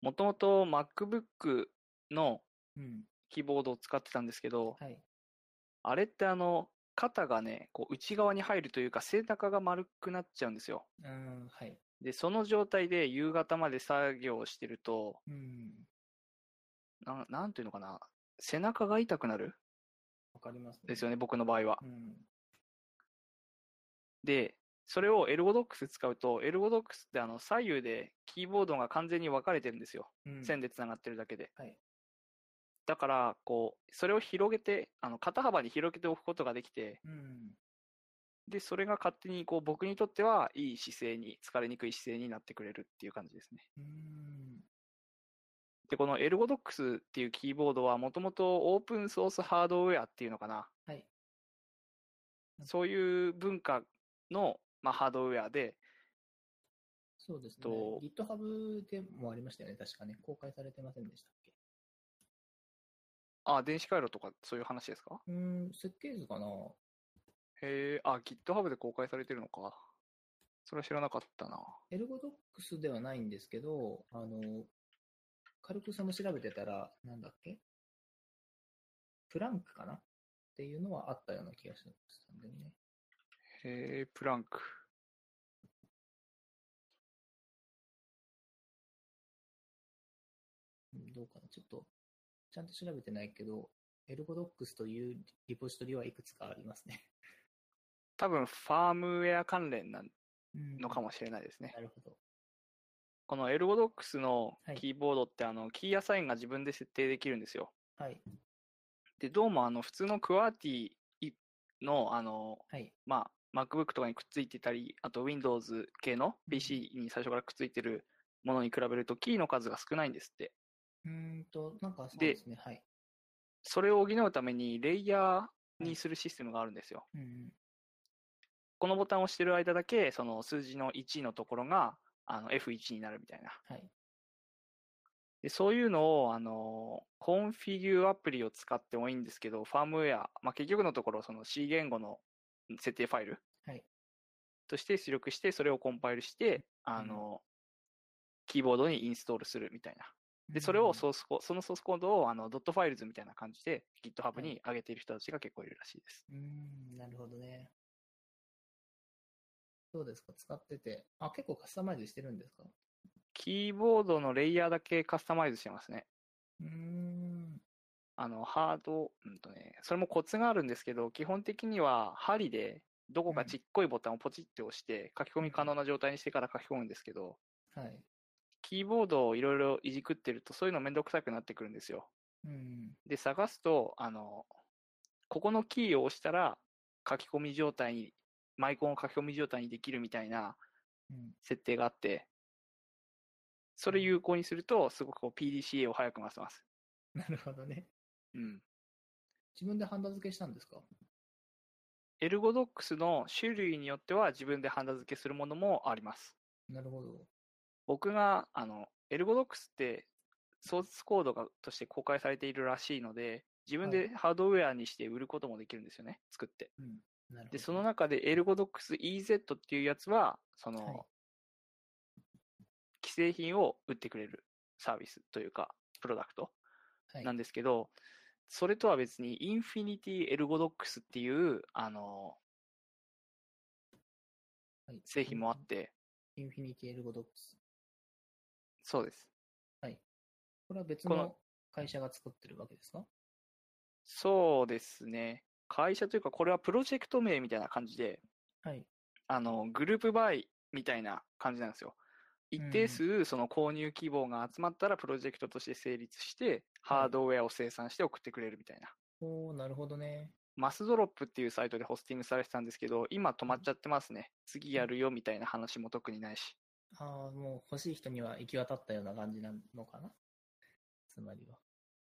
S2: もともと MacBook の
S1: うん。
S2: キーボードを使ってたんですけど、
S1: はい。
S2: あれってあの、肩がね、こう内側に入るというか、背中が丸くなっちゃうんですよ。
S1: うん、はい。
S2: で、その状態で夕方まで作業をしてると、
S1: うん。
S2: ななんていうのかな、背中が痛くなる
S1: わかりますね。
S2: ですよね、僕の場合は
S1: う。ん。
S2: で、それをエルゴドックス使うと、エルゴドックスってあの左右でキーボードが完全に分かれてるんですよ。
S1: うん。
S2: 線でつながってるだけで。
S1: はい
S2: だから、こう、それを広げて、あの、肩幅に広げておくことができて、
S1: うん。
S2: で、それが勝手に、こう、僕にとっては、いい姿勢に、疲れにくい姿勢になってくれるっていう感じですね。
S1: うん。
S2: で、このエルゴドックスっていうキーボードは、もともとオープンソースハードウェアっていうのかな。
S1: はい
S2: そういう文化の、まあ、ハードウェアで、
S1: そうですね
S2: と。
S1: GitHub でもありましたよね。確かね。公開されてませんでしたっけ。
S2: あ、電子回路とか、そういう話ですか
S1: うん、設計図かな。
S2: へえ、あ、GitHub で公開されてるのか。それは知らなかったな。
S1: エルゴドックスではないんですけど、あの、軽くその調べてたら、なんだっけプランクかなっていうのはあったような気がしたんでね。
S2: へえ、プランク。
S1: うんどうかなちょっと、ちゃんと調べてないけど、エルゴドックスというリポジトリはいくつかありますね。
S2: 多分、ファームウェア関連なの
S1: の
S2: か
S1: も。
S2: もしれないですね。
S1: なるほど。
S2: このエルゴドックスの
S1: はい
S2: キーボードって、あの、キーアサインが自分で設定できるんですよ。
S1: はい。
S2: で、どうも、あの、普通のクワーティの、あの、
S1: はい。
S2: まあ、MacBook とかにくっついてたり、あと Windows 系の PC に最初からくっついてるものに比べると、キーの数が少ないんですって。
S1: うーんと、なんかそう
S2: で
S1: ですね。はい。
S2: それを補うために、レイヤーにするシステムがあるんですよ。
S1: うんうん。
S2: このボタンを押してる間だけ、その数字の1のところが、あの、F1 になるみたいな。
S1: はい。
S2: でそういうのを、あの、コンフィギュアプリを使ってもいいんですけど、ファームウェア、まあ、結局のところ、その C 言語の設定ファイル
S1: はい
S2: として出力して、それをコンパイルして、あの、キーボードにインストールするみたいな。で、それをソースコ、そのソースコードを、あの、ドットファイルズみたいな感じで GitHub に上げている人たちが結構いるらしいです。
S1: うん。うーん、なるほどね。どうですか使ってて。あ、結構カスタマイズしてるんですか
S2: キーボードのレイヤーだけカスタマイズしてますね。
S1: うーん。
S2: あの、ハード、うんとね、それもコツがあるんですけど、基本的には針で、どこ
S1: う
S2: か
S1: ん
S2: ちっこいボタンをポチって押して、書き込み可能な状態にしてから書き込むんですけど、
S1: はい。
S2: キーボードをいろいろいじくってると、そういうのめんどくさくなってくるんですよ。
S1: うん。
S2: で、探すと、あの、ここのキーを押したら、書き込み状態に、マイコンを書き込み状態にできるみたいな
S1: うん。
S2: 設定があって、それ有効にすると、すごくこう PDCA を早く回せます。
S1: なるほどね。
S2: うん。
S1: 自分でハンダ付けしたんですか
S2: エルゴドックスの種類によっては自分でハンダ付けするものもあります。
S1: なるほど。
S2: 僕が、あの、エルゴドックスって、ソースコードがとして公開されているらしいので、自分でハードウェアにして売ることもできるんですよね、作って。
S1: うんなるほど
S2: で、その中で ElgoDocs EZ っていうやつは、その、
S1: はい
S2: 既製品を売ってくれるサービスというか、プロダクト
S1: はい
S2: なんですけど、それとは別に Infinity ElgoDocs っていう、あの、
S1: はい
S2: 製品もあって、
S1: インフィニティエルゴドックス。
S2: そうです。
S1: これは別
S2: こ
S1: の
S2: の
S1: 会社が作ってるわけですか
S2: そうですね。会社というか、これはプロジェクト名みたいな感じで、
S1: はい。
S2: あの、グループバイみたいな感じなんですよ。一定数、その購入希望が集まったら、プロジェクトとして成立して、
S1: はい
S2: ハードウェアを生産して送ってくれるみたいな。
S1: おおなるほどね。
S2: マスドロップっていうサイトでホスティングされてたんですけど、今止まっちゃってますね。次やるよみたいな話も特にないし。
S1: ああ、もう欲しい人には行き渡ったような感じなのかなつまりは。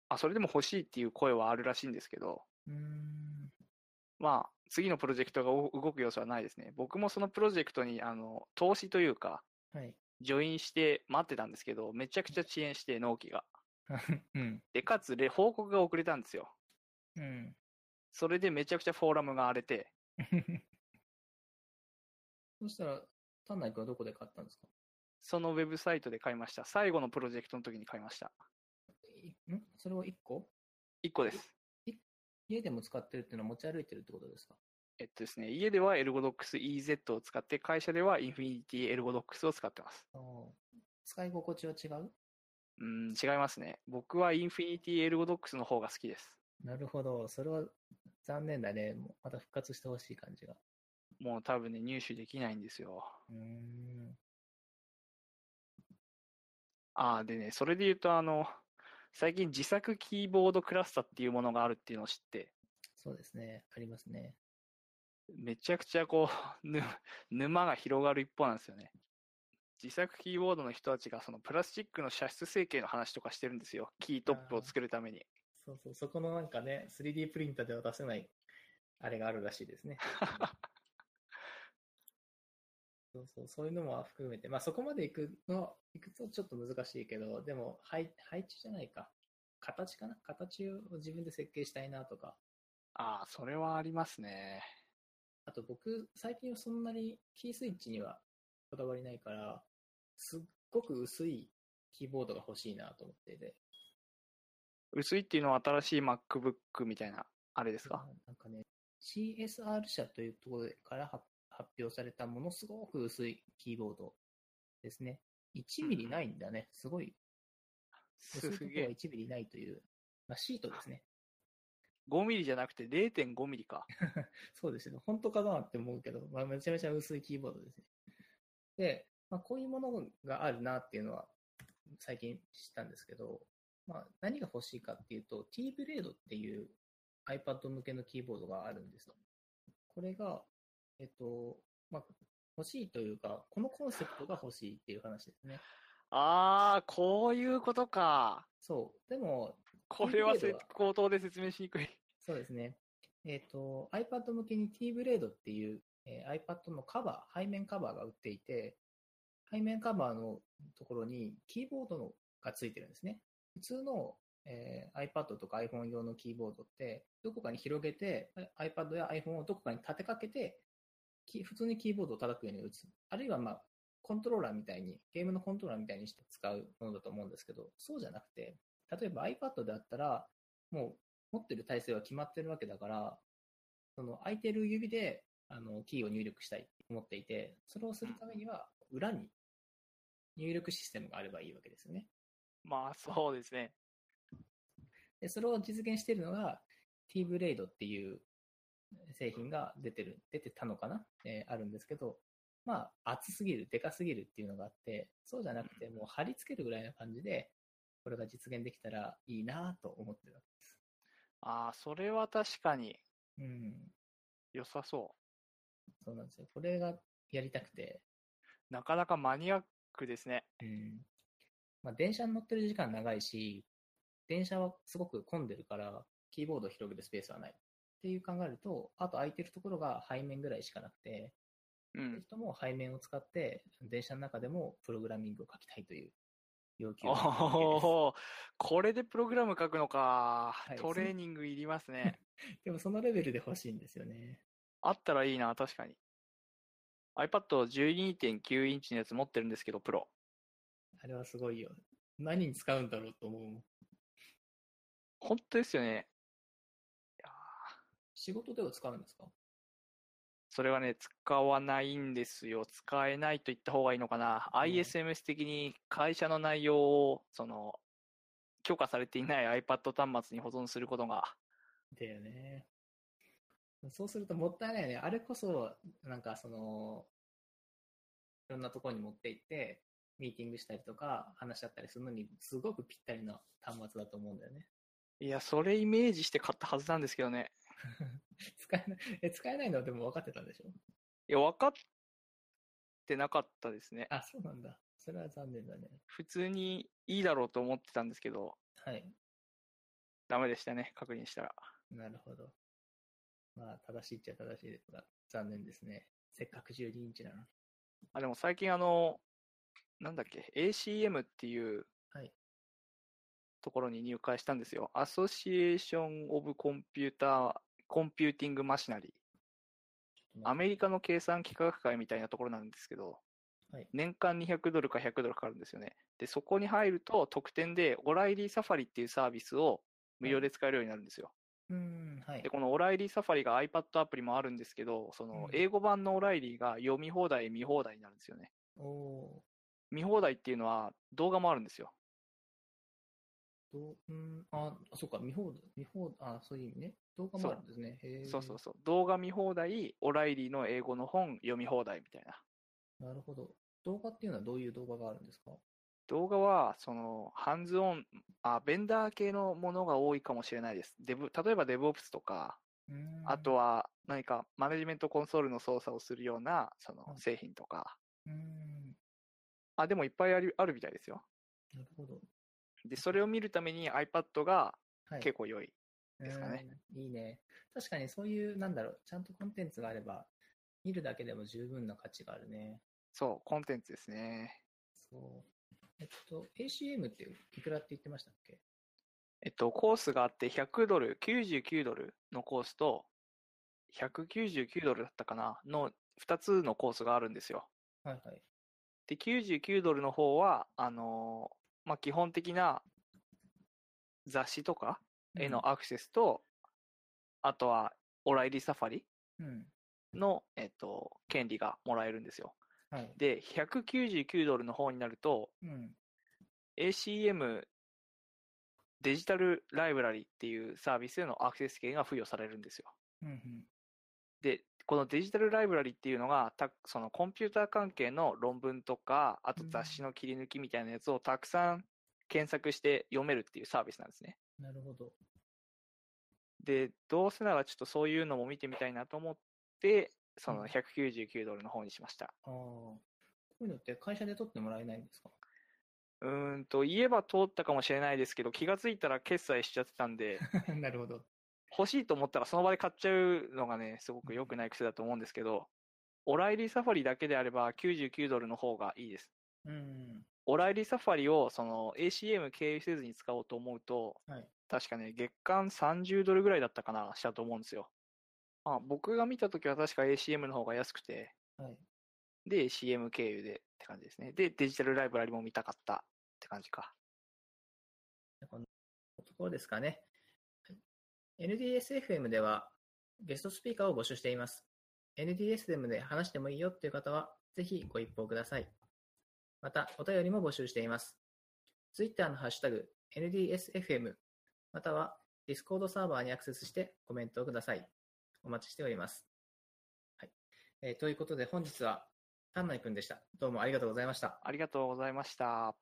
S2: あ、それでも欲しいっていう声はあるらしいんですけど、
S1: うーん。
S2: まあ、次のプロジェクトがお動く様子はないですね。僕もそのプロジェクトに、あの、投資というか、
S1: はい。
S2: ジョインして待ってたんですけど、めちゃくちゃ遅延して、納期が。
S1: うん。
S2: で、かつ、レ報告が遅れたんですよ。
S1: うん。
S2: それでめちゃくちゃフォーラムが荒れて、
S1: そしたら、丹内君はどこで買ったんですか
S2: そのウェブサイトで買いました。最後のプロジェクトの時に買いました。
S1: いんそれを1個
S2: 1個です。
S1: 家でも使ってるっていうのは持ち歩いてるってことですか
S2: えっとですね、家では ElgoDocs EZ を使って、会社では Infinity ElgoDocs を使ってます。
S1: あー使い心地は違う
S2: うーん、違いますね。僕は Infinity ElgoDocs の方が好きです。
S1: なるほど。それは残念だね。もうまた復活してほしい感じが。
S2: もう多分ね、入手できないんですよ。
S1: うーん。
S2: ああ、でね、それで言うと、あの、最近自作キーボードクラスターっていうものがあるっていうのを知って、
S1: そうですね。ありますね。
S2: めちゃくちゃこう、 ぬ、沼が広がる一方なんですよね。自作キーボードの人たちがそのプラスチックの射出成形の話とかしてるんですよ。キートップを作るために。
S1: そうそう、そこのなんかね、3D プリンターでは出せない、あれがあるらしいですね。そうそう、そういうのも含めて、まあそこまで行くの、行くとちょっと難しいけど、でも配配置じゃないか。形かな形を自分で設計したいなとか。
S2: ああ、それはありますね。
S1: あと僕、最近はそんなにキースイッチにはこだわりないから、すっごく薄いキーボードが欲しいなと思ってて。
S2: 薄いっていうのは新しい MacBook みたいな、あれですか
S1: なんかね、CSR 社というところから発発表されたものすごく薄いキーボードですね。1ミリないんだね。すごい。薄
S2: す
S1: いとこ
S2: げ
S1: ろは
S2: え。
S1: 1ミリないという、まあ、シートですね。
S2: 5ミリじゃなくて0.5ミリか。
S1: そうですね。本当かなって思うけど、まあ、めちゃめちゃ薄いキーボードですね。で、まあ、こういうものがあるなっていうのは最近知ったんですけど、まあ、何が欲しいかっていうと、T ブレードっていう iPad 向けのキーボードがあるんですよ。これが、えっと、まあ、欲しいというか、このコンセプトが欲しいっていう話ですね。
S2: ああ、こういうことか。
S1: そう。でも、
S2: これは
S1: T ブレー
S2: せ
S1: ドは
S2: 口頭で説明しにくい。
S1: そうですね。えっ、と、iPad 向けに T ブレードっていう、えー iPad のカバー、背面カバーが売っていて、背面カバーのところにキーボードのがついてるんですね。普通の、えー iPad とか iPhone 用のキーボードって、どこかに広げて、あ iPad や iPhone をどこかに立てかけて、き普通にキーボードを叩くように打つ。あるいは、まあ、コントローラーみたいに、ゲームのコントローラーみたいにして使うものだと思うんですけど、そうじゃなくて、例えば iPad であったら、もう持ってる体勢は決まってるわけだから、その空いてる指であのキーを入力したいと思っていて、それをするためには裏に入力システムがあればいいわけですよね。
S2: まあ、そうですね。
S1: で、それを実現しているのが T ブレイドっていう製品が出てる、出てたのかな、えーあるんですけど、まあ、厚すぎる、でかすぎるっていうのがあって、そうじゃなくて、もう貼り付けるぐらいな感じで、これが実現できたらいいなと思ってるわ
S2: ああ、それは確かに
S1: けうん。
S2: 良さそう。
S1: そうなんですよ。これがやりたくて、
S2: なかなかマニアックですね。
S1: うんまあ、電車に乗ってる時間長いし、電車はすごく混んでるから、キーボードを広げるスペースはない。っていう考えると、あと空いてるところが背面ぐらいしかなくて、
S2: う
S1: ぜ
S2: ん
S1: ひ。とも背面を使って、電車の中でもプログラミングを書きたいという要求
S2: お
S1: があるわけです
S2: おー、これでプログラム書くのか
S1: は。い
S2: トレーニングいりますね。
S1: でもそのレベルで欲しいんですよね。
S2: あったらいいな、確かに。iPad12.9 インチのやつ持ってるんですけど、プロ。
S1: あれはすごいよ。何に使うんだろうと思うもん。
S2: 本当ですよね。いやー
S1: 仕事では使うんですか
S2: それはね、使わないんですよ。使えないと言った方がいいのかな。ISMS 的に会社の内容を、その、許可されていない iPad 端末に保存することが、
S1: だよね。そうするともったいないよね。あれこそ、なんかその、いろんなところに持って行って、ミーティングしたりとか、話し合ったりするのに、すごくぴったりな端末だと思うんだよね。
S2: いや、それイメージして買ったはずなんですけどね。
S1: 使えない、え、使えないのはでも分かってたんでしょ
S2: いや、分かってなかったですね。
S1: あ、そうなんだ。それは残念だね。
S2: 普通にいいだろうと思ってたんですけど、
S1: はい。
S2: ダメでしたね、確認したら。
S1: なるほど。まあ、正しいっちゃ正しいですが、残念ですね。せっかく12インチなのに。
S2: あ、でも最近あの、なんだっけ、ACM っていう
S1: はい
S2: ところに入会したんですよ。アソシエーション・オブ・コンピューター・コンピューティング・マシナリー。アメリカの計算機科学会みたいなところなんですけど、
S1: はい
S2: 年間200ドルか100ドルかかるんですよね。で、そこに入ると特典でオライリーサファリっていうサービスを無料で使えるようになるんですよ。
S1: うーん、はい
S2: で、。このオライリーサファリが iPad アプリもあるんですけど、その
S1: うん
S2: 英語版のオライリーが読み放題、見放題になるんですよね。
S1: おお
S2: 見放題っていうのは動画もあるんですよ。
S1: ーどう、うーん、あ、そっか、見放題、見放題、あ、そういう意味ね。動画もあるんですね。へえ。
S2: そうそうそう。動画見放題、オライリーの英語の本読み放題みたいな。
S1: なるほど。動画っていうのはどういう動画があるんですか
S2: 動画は、その、ハンズオン、あ、ベンダー系のものが多いかもしれないです。デブ、例えば DevOps とか、
S1: うーん
S2: あと、は何かマネジメントコンソールの操作をするような、その
S1: うん
S2: 製品とか。
S1: うーん、
S2: あ、でもいっぱいある、あるみたいですよ。
S1: なるほど。
S2: で、それを見るために iPad が
S1: はい。
S2: 結構良い。ですかね
S1: うーん。いいね。確かにそういう、なんだろう、ちゃんとコンテンツがあれば、見るだけでも十分な価値があるね。
S2: そう、コンテンツですね。
S1: そう。えっと、ACM っていくらって言ってましたっけ
S2: えっと、コースがあって100ドル、99ドルのコースと、199ドルだったかなの2つのコースがあるんですよ。
S1: はいはい。
S2: で、99ドルの方は、あのーまあ、基本的な雑誌とかへのアクセスと、あとは、オライリサファリ
S1: うん。うん。
S2: の、えっと、権利がもらえるんですよ。
S1: はい。
S2: で、199ドルの方になると、
S1: うん。
S2: ACM デジタルライブラリっていうサービスへのアクセス権が付与されるんですよ。
S1: うんうん。
S2: で、このデジタルライブラリっていうのが、たそのコンピューター関係の論文とか、あと雑誌の切り抜きみたいなやつをたくさん検索して読めるっていうサービスなんですね。
S1: なるほど。
S2: で、どうせならちょっとそういうのも見てみたいなと思って、そ
S1: うん
S2: の199ドルの方にしました。
S1: ああ。こういうのって会社で取ってもらえないんですか
S2: うーんと、言えば通ったかもしれないですけど、気がついたら決済しちゃってたんで、
S1: なるほど。
S2: 欲しいと思ったらその場で買っちゃうのがね、すごく良くない癖だと思うんですけど、オライリーサファリだけであれば99ドルの方がいいです。
S1: うん。
S2: オライリーサファリをその ACM 経由せずに使おうと思うと、
S1: はい
S2: 確かね、月間30ドルぐらいだったかな、したと思うんですよ。まあ、僕が見た時は確か ACM の方が安くて、
S1: はい。
S2: で、CM 経由でって感じですね。で、デジタルライブラリも見たかったって感じか。
S1: こんなところですかね。NDSFM ではゲストスピーカーを募集しています。NDSFM で話してもいいよという方は、ぜひご一報ください。また、お便りも募集しています。Twitter のハッシュタグ、NDSFM、または Discord サーバーにアクセスしてコメントをください。お待ちしております。はい。えーということで、本日は、丹内くんでした。どうもありがとうございました。
S2: ありがとうございました。